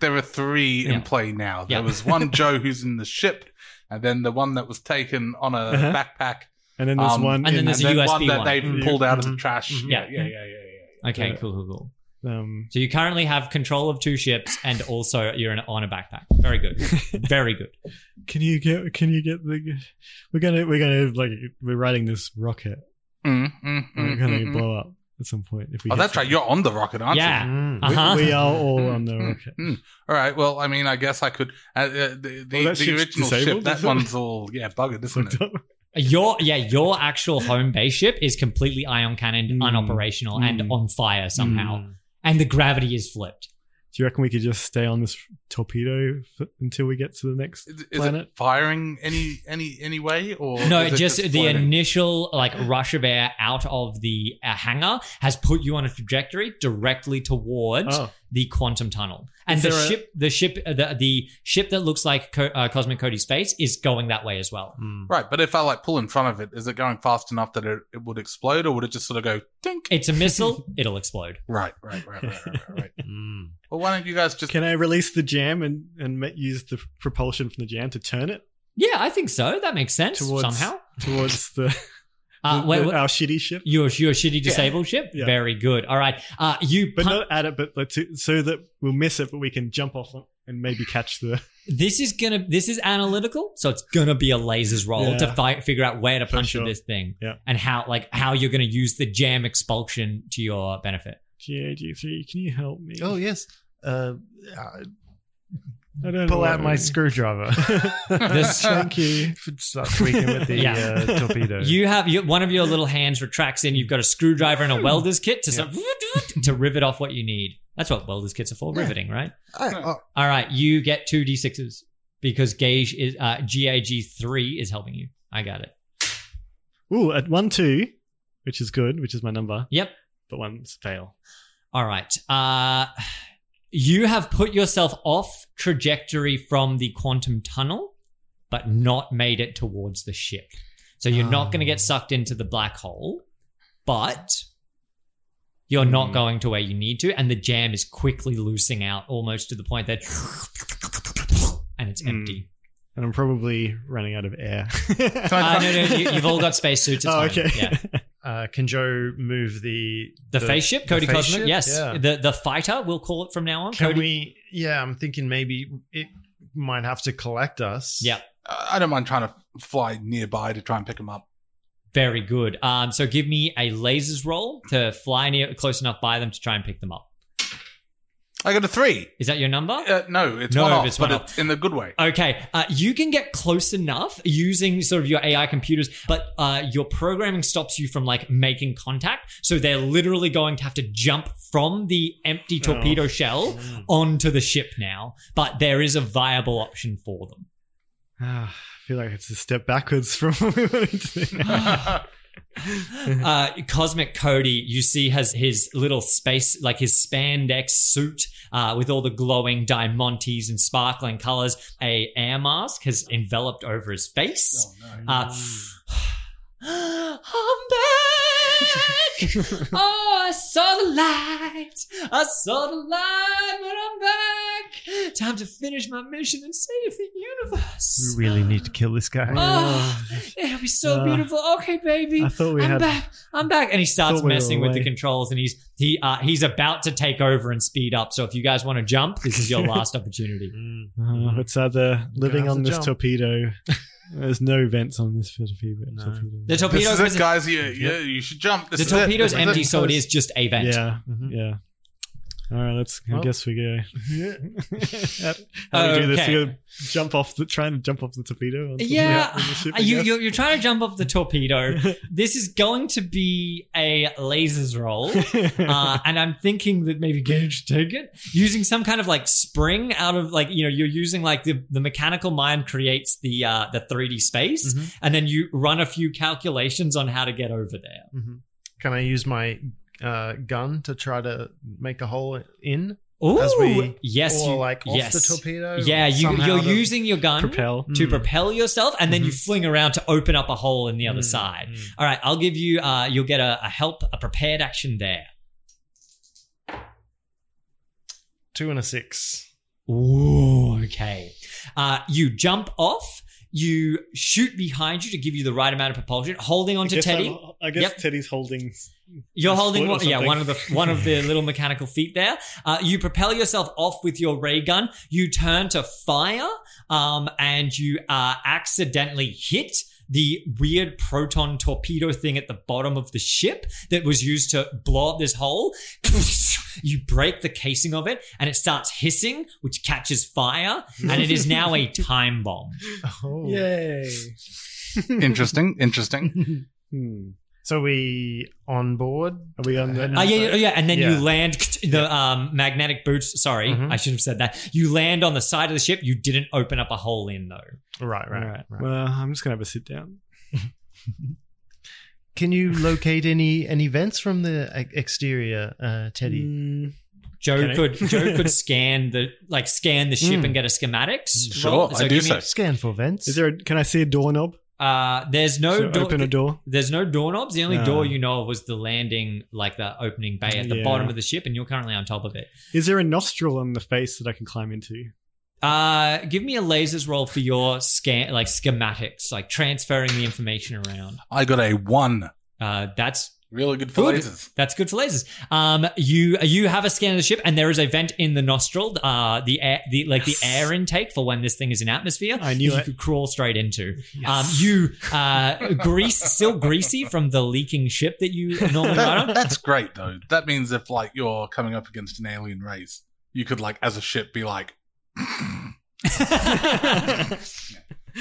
there are three
Yeah.
in play now. There
Yeah.
was one Joe who's in the ship, and then the one that was taken on a
Uh-huh.
backpack.
And then there's
um,
one.
And then
in-
there's a
then
USB
one that
one.
they've
Mhm.
pulled out of the
Mhm.
trash.
Mhm.
Yeah,
Yeah.
yeah, yeah, yeah, yeah.
okay,
Yeah.
cool, cool, cool.
um,
So you currently have control of two ships, and also you're in, on a backpack. Very good, very good.
can you get can you get the? We're gonna we're gonna like we're riding this rocket.
Mm,
Mm-hmm.
mm,
We're
mm,
gonna
mm, mm.
blow up at some point if we.
Oh,
hit
that's right.
something.
You're on the rocket, aren't you?
Yeah.
Mm.
We-
Uh-huh.
We, are all on the
Mm,
rocket.
mm. All right. Well, I mean, I guess I could. Uh, uh, the
Well,
the,
that
the
ship's
original ship,
disabled,
that
isn't it?
one's all yeah buggered, isn't it?
Your yeah, your actual home base ship is completely ion cannoned,
Mm.
unoperational, and
Mm.
on fire somehow,
Mm.
and the gravity is flipped.
Do you reckon we could just stay on this torpedo f- until we get to the next?
Is, is it
Planet.
firing any any any way or
no,
is it
just, the
floating?
initial like rush of air out of the uh, hangar has put you on a trajectory directly towards
Oh,
the quantum tunnel, and the
there a-
ship, the ship, uh, the the ship that looks like Co- uh, Cosmic Cody's face is going that way as well.
Mm.
Right, but if I like pull in front of it, is it going fast enough that it, it would explode, or would it just sort of go dink?
It's a missile; it'll explode.
Right, right, right, right, right, right, right.
Mm.
Well, why don't you guys just
can I release the jam and and ma- use the propulsion from the jam to turn it
Yeah, I think so. That makes sense
Towards-
somehow.
towards the,
Uh,
the-
wait,
the-
what-
our shitty ship.
your your shitty disabled ship.
Yeah.
Very good. All right. Uh, you
But
pun-
not at it, but like to, so that we'll miss it, but we can jump off and maybe catch the.
this is gonna this is analytical, so it's gonna be a laser's roll
Yeah.
to fi- figure out where to
For
punch
sure.
this thing
Yeah.
and how like how you're gonna use the jam expulsion to your benefit.
GAG three, can you help me?
Oh yes. Uh, uh,
I don't
pull
know
out
what-
my Ah. screwdriver.
This-
Thank you.
Start tweaking with the
Yeah.
uh, torpedo.
You have you, one of your little hands retracts in. You've got a screwdriver and a welder's kit to some, to rivet off what you need. That's what welder's kits are for,
Yeah.
riveting, right?
I, oh,
All right, you get two d6s because gauge is uh, GAG three is helping you. I got it.
Ooh, at one two, which is good, which is my number,
Yep.
but one's fail.
All right. Uh, you have put yourself off trajectory from the quantum tunnel, but not made it towards the ship. So you're not going to get sucked into the black hole, but you're not going to where you need to. And the jam is quickly loosing out almost to the point that. And it's
Hmm.
empty.
And I'm probably running out of air.
Uh, no, no, you, you've all got spacesuits. It's
oh,
fine.
okay.
Yeah.
uh, can Joe move the
The, face ship, Cody
face
Cosmic.
ship?
Yes.
Yeah.
The the fighter, we'll call it from now on.
Can
Cody.
we? Yeah, I'm thinking maybe it might have to collect us.
Yeah.
I don't mind trying to fly nearby to try and pick him up.
Very good. Um, so give me a lasers roll to fly near close enough by them to try and pick them up.
I got a three.
Is that your number?
Uh, no, it's
No,
one off,
it's
but
one
it's in the good way.
Okay, uh, you can get close enough using sort of your AI computers, but uh, your programming stops you from like making contact. So they're literally going to have to jump from the empty
Oh.
torpedo shell onto the ship now. But there is a viable option for them.
Ah, I feel like it's a step backwards from what we wanted to do.
uh, Cosmic Cody, you see, has his little space, like his spandex suit uh, with all the glowing diamantes and sparkling colors. A air mask has enveloped over his face.
Oh, no.
Uh, I'm back. oh, I saw the light. I saw the light, but I'm back. Time to finish my mission and save the universe.
We really need to kill this guy. Ah.
Oh, it'll be so
Uh,
beautiful. Okay, baby.
I thought we
Oh, I'm
had.
back. I'm back. And he starts
Thought we were
messing with the
away.
controls and he's he uh, he's about to take over and speed up. So if you guys want to jump, this is your last opportunity.
Mm.
Oh, it's either living
have
on
to
this
jump.
torpedo. There's no vents on this torpedo.
No.
torpedo.
The
this
torpedo
is
is
it, guys. You, you, you should jump. This
the
is it.
torpedo's
This is
empty,
it.
so it is just a vent.
Yeah,
Mhm.
yeah. All right, let's. I
Well-
guess we go. how how do we do this?
Okay.
You gotta jump off the trying to jump off the torpedo. onto the-
Yeah,
on the ship,
Uh,
I
You,
guess.
you're, you're trying to jump off the torpedo. this is going to be a lasers roll. Uh, and I'm thinking that maybe Gage take it using some kind of like spring out of like you know you're using like the, the mechanical mind creates the uh, the 3D space
Mhm.
and then you run a few calculations on how to get over there.
Mhm. Can I use my uh, gun to try to make a hole in?
Ooh,
As we-
yes,
or
you-
like off
yes.
the torpedo?
Yeah, you,
Somehow
you're
to-
using your gun
propel.
to
Mm.
propel yourself, and then you
Mhm.
fling around to open up a hole in the other
Mm.
side.
Mm.
All right, I'll give you. Uh, you'll get a, a help, a prepared action there.
Two and a six.
Ooh, okay. Uh, you jump off. You shoot behind you to give you the right amount of propulsion, holding
I
onto
guess
Teddy.
I'm- I guess
Yep.
Teddy's holding.
You're
his
holding
foot or
one, yeah
something.
one of the one of the little mechanical feet there. Uh, you propel yourself off with your ray gun. You turn to fire, um, and you uh, accidentally hit the weird proton torpedo thing at the bottom of the ship that was used to blow up this hole. You break the casing of it, and it starts hissing, which catches fire, and it is now a time bomb.
Oh.
Yay!
interesting. Interesting.
Hmm.
So we on board?
Are we on the?
Oh yeah, yeah, yeah, and then you
Yeah.
land the um, magnetic boots. Sorry,
Mm-hmm.
Mhm.
I should have said that. You land on the side of the ship. You didn't open up a hole in though.
Right,
All
right,
right.
right.
Well, I'm just gonna have a sit down.
Can you locate any any vents from the e- exterior, uh, Teddy?
Hmm.
Joe
Can I?
could Joe could scan the like scan the ship
Hmm.
Mm.
and get a schematics.
Mm,
Sure,
roll.
I do
give me-
so.
Scan for vents.
Is there? A, can I see a doorknob?
Uh, there's no
So
door.
open a door.
there's no doorknobs. The only
No.
door you know of was the landing, like the opening bay at the
Yeah.
bottom of the ship, and you're currently on top of it.
Is there a nostril on the face that I can climb into?
Uh, give me a lasers roll for your scan, like schematics, like transferring the information around.
I got a one.
Uh, that's
Really good for
Good.
lasers.
That's good for lasers. Um, you you have a scan of the ship, and there is a vent in the nostril, uh, the air, the like the air intake for when this thing is in atmosphere.
I knew
that you
it.
could crawl straight into. Um, you uh, grease still greasy from the leaking ship that you normally ride
That-
on.
that's great though. That means if like you're coming up against an alien race, you could like as a ship be like,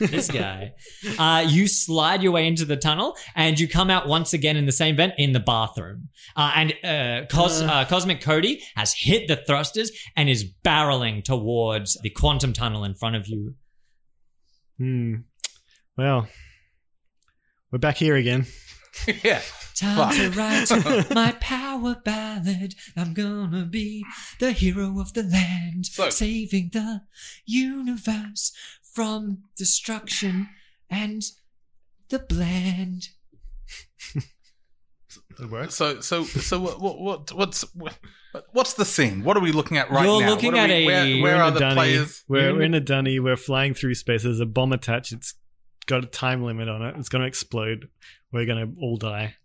this guy. Uh, you slide your way into the tunnel, and you come out once again in the same vent in the bathroom. Uh, and uh, Cos- uh, Cosmic Cody has hit the thrusters and is barreling towards the quantum tunnel in front of you.
Hmm. Well, we're back here again.
yeah,
Time to write my power ballad. I'm gonna be the hero of the land,
So-
saving the universe from destruction and the bland.
It works.
So so so what what, what what's what's the scene? What are we looking at right
You're
now? What
looking
are
at
we-
a-
where, where
We're
are
in a
the
dunny.
players?
We're,
You're
we're
in-
in a dunny. We're flying through space. There's a bomb attached. It's got a time limit on it. It's going to explode. We're going to all die.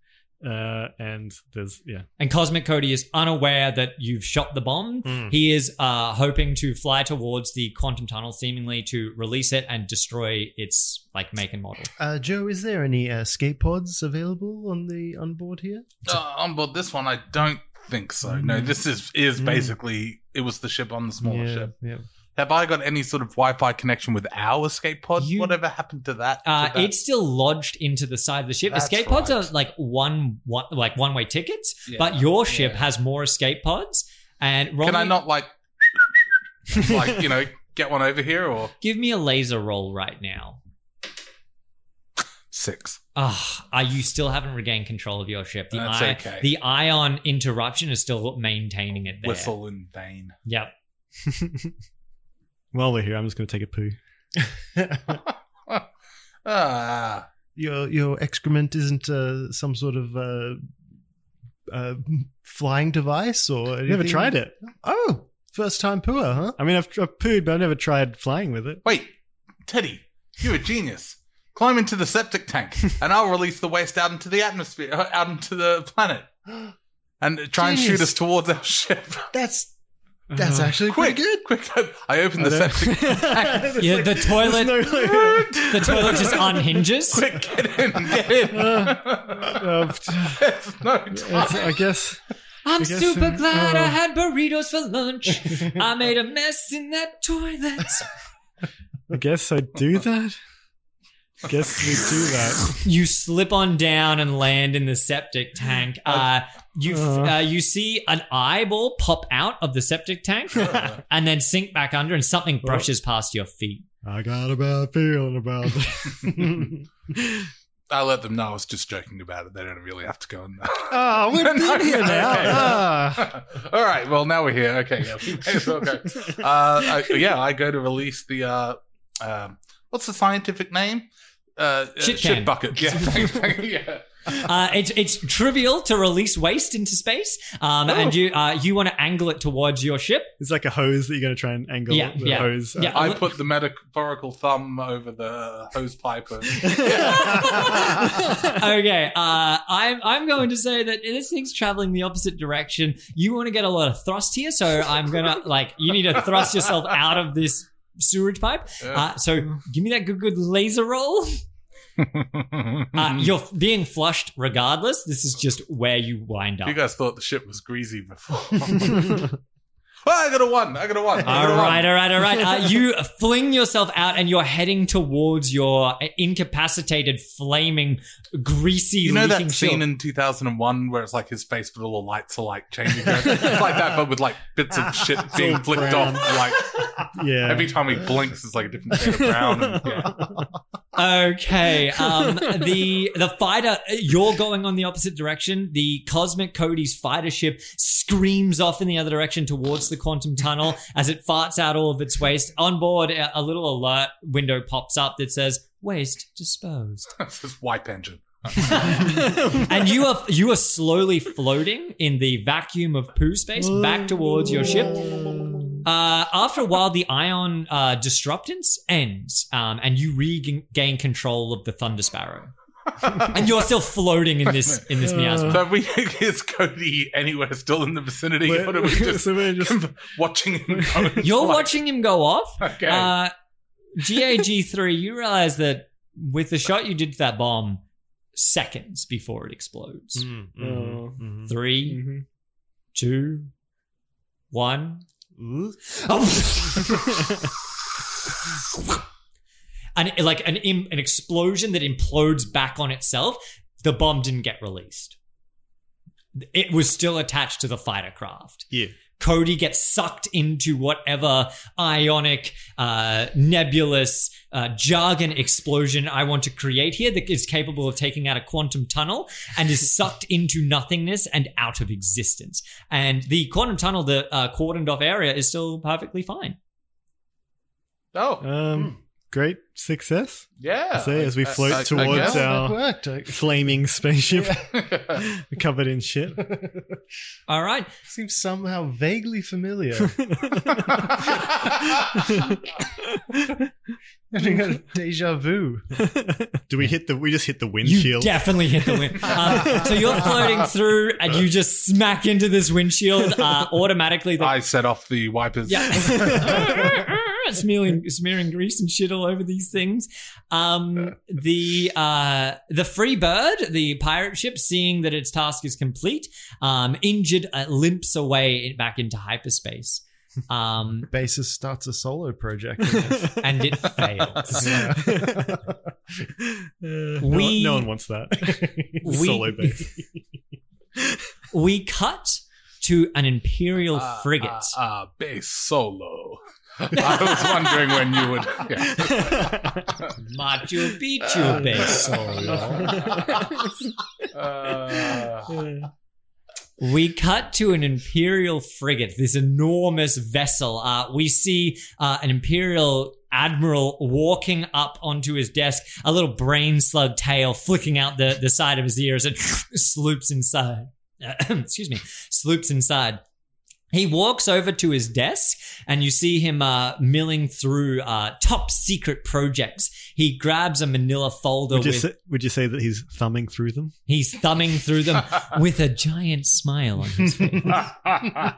Uh, and there's yeah.
And Cosmic Cody is unaware that you've shot the bomb.
Hmm.
Mm.
He is uh, hoping to fly towards the quantum tunnel, seemingly to release it and destroy its like make and model.
Uh, Joe, is there any uh, skate pods available on the on board here?
Uh, on board this one, I don't think so. No, this is is
Mm.
basically it was the ship on the smaller
yeah,
ship.
yeah.
Have I got any sort of Wi-Fi connection with our escape pod?
You-
Whatever happened to that?
Uh,
To that-
it's still lodged into the side of the ship.
That's
escape pods
right.
are like one, one like one way tickets,
Yeah.
but your ship
Yeah.
has more escape pods. And roll
Can I
me-
not like like you know get one over here or
give me a laser roll right now?
six?
Ah, uh, you still haven't regained control of your ship. The
That's
i-
okay.
The ion interruption is still maintaining it there.
Whistle in vain.
Yep.
While we're here, I'm just going to take a poo.
Ah,
Your your excrement isn't uh, some sort of uh, uh, flying device or
I've never
anything?
tried it.
Oh, first time pooer, huh?
I mean, I've, I've pooed, but I've never tried flying with it.
wait, Teddy, you're a genius. Climb into the septic tank, and I'll release the waste out into the atmosphere, uh, out into the planet, and try and shoot
Genius.
us towards our ship.
That's that's
Uh,
actually
quick,
pretty good.
quick! I open
I
the
don't-
septic. tank.
Yeah, the toilet.
There's no, like,
the toilet just unhinges.
Quick, get in, get in.
Uh, uh,
There's no
it's-
time.
I guess.
I'm
I guess,
super
um,
glad I
oh.
had burritos for lunch. I made a mess in that toilet.
I guess I do that. guess we do that.
you slip on down and land in the septic tank. Uh, you
Uh.
uh, you see an eyeball pop out of the septic tank
Uh.
and then sink back under, and something brushes past your feet.
I got a bad feeling about that.
I let them know I was just joking about it. They don't really have to go in there.
Ah,
oh, we're
No,
in here now.
no, no, no.
Ah.
All right. Well, now we're here. Okay. Yeah. We may as well go. Uh, I, yeah, I go to release the. Uh, um what's the scientific name? Uh, uh,
Shit can.
bucket. Yeah. thank- thank- yeah.
Uh, it's it's trivial to release waste into space, um, and you uh, you want to angle it towards your ship.
It's like a hose that you're going to try and angle
Yeah,
the
yeah,
hose.
yeah.
I put the metaphorical thumb over the hose pipe. And,
okay, uh, I'm I'm going to say that this thing's traveling the opposite direction. You want to get a lot of thrust here, so I'm gonna like you need to thrust yourself out of this sewerage pipe. Uh, so give me that good good laser roll.
Mm-hmm.
Uh, you're f- being flushed regardless. This is just where you wind up.
you guys thought the ship was greasy before. well, I got a one. I got a one. I got
All
a one.
right, all right, all right. Uh, you fling yourself out, and you're heading towards your uh, incapacitated, flaming, greasy.
You know
leaking
that
ship.
scene in 2001 where it's like his face, but all the lights are like changing. it's like that, but with like bits of shit being flicked
brown.
off. Like
yeah.
every time he blinks, it's like a different shade of brown. And, yeah.
Okay. Um, the the fighter, uh, you're going on the opposite direction. The cosmic Cody's fighter ship screams off in the other direction towards the quantum tunnel as it farts out all of its waste. On board, a a little alert window pops up that says "Waste disposed,"
it's his wipe engine.
and you are you are slowly floating in the vacuum of poo space back towards your ship. Uh, after a while, the ion uh, disruptance ends, um, and you regain control of the Thunder Sparrow, and you're still floating in this in this miasma.
So we is Cody anywhere still in the vicinity, or are we just
so we're just
watching him? go and
You're
fly?
watching him go off.
Okay.
Uh, GAG3, you realize that with the shot you did to that bomb, seconds before it explodes.
Mm,
Oh.
mhm, mhm.
Three,
Mhm.
two, one. Mm-hmm.
Ooh.
an, like an, im- an explosion that implodes back on itself. The bomb didn't get released. It was still attached to the fighter craft.
Yeah.
Cody gets sucked into whatever ionic, uh, nebulous, uh, jargon explosion I want to create here that is capable of taking out a quantum tunnel and is sucked into nothingness and out of existence. And the quantum tunnel, the uh, cordoned off area, is still perfectly fine.
oh,
Hmm.
Um, great success.
yeah.
say as we
I-
float
I-
towards
I guess.
our-
That worked. I-
Flaming spaceship
Yeah.
covered in shit.
All right.
Seems somehow vaguely familiar. Having a deja vu.
Do we hit the? We just hit the
You
windshield.
definitely hit the wind. Um, so you're floating through and you just smack into this windshield. Uh, automatically, the
I set off the wipers.
Yeah. smearing smearing grease and shit all over these things. Um, the uh, the free bird, the pirate ship, seeing that its task is complete, um, injured, uh, limps away in- back into hyperspace, um,
Basis starts a solo project. I guess.
and it fails. Uh,
we,
We-
no, one wants that.
We-
Solo base.
We cut to an imperial
Ah,
frigate.
Ah, ah, bass solo. I was wondering when you would. Yeah. ah.
Machu Picchu base.
Oh, Uh,
We cut to an Imperial frigate, this enormous vessel. Uh, we see uh, an Imperial admiral walking up onto his desk, a little brain slug tail flicking out the, the side of his ear as it sloops inside. Excuse me, sloops inside. He walks over to his desk, and you see him uh, milling through uh, top secret projects. He grabs a manila folder
would, you
with.
say, would you say that he's thumbing through them?
he's thumbing through them with a giant smile on his face.
Uh,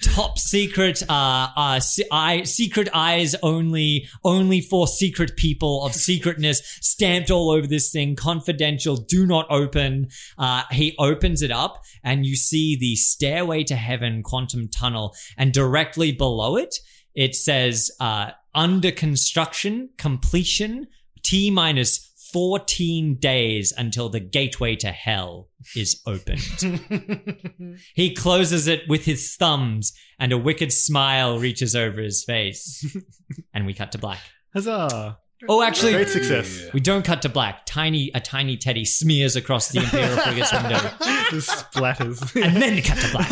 top secret uh, uh se- eye, secret eyes only only for secret people of secretness stamped all over this thing confidential do not open uh he opens it up and you see the stairway to heaven quantum tunnel and directly below it it says uh under construction completion t minus 14 days until the gateway to hell is opened he closes it with his thumbs, and a wicked smile reaches over his face. and we cut to black.
Huzzah!
Oh, actually,
Great success.
we don't cut to black. Tiny, a tiny teddy smears across the Imperial Frigate's window,
Just splatters.
and then we cut to black.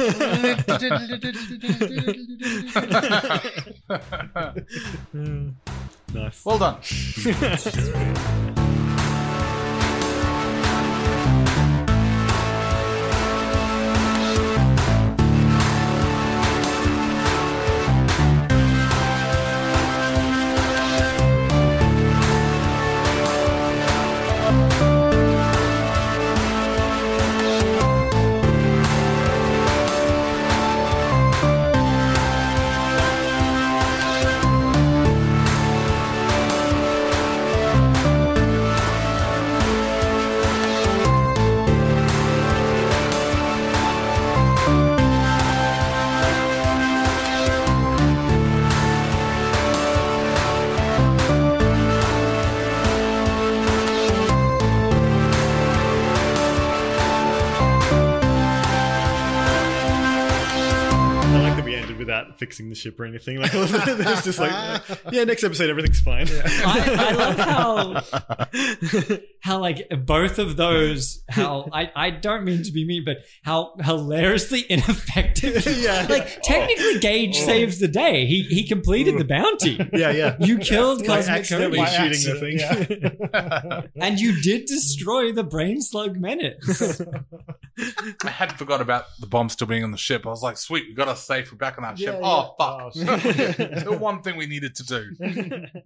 nice.
well done.
I like that we ended without fixing the ship or anything. Like, it's just like, yeah, next episode, everything's fine.
I, I love how how like both of those how I, I don't mean to be mean, but how hilariously ineffective.
Yeah.
Like technically Gage
Oh.
saves the day. He he completed the bounty.
yeah, yeah.
You killed
By
Cosmic
accidentally
Cody.
shooting the thing.
And you did destroy the brain slug menace.
I had forgot about the bomb still being on the ship. I was like, sweet, we got us safe. We're back on that
Yeah, Oh.
ship.
yeah.
Oh,
Oh,
fuck.
shit.
the one thing we needed to do.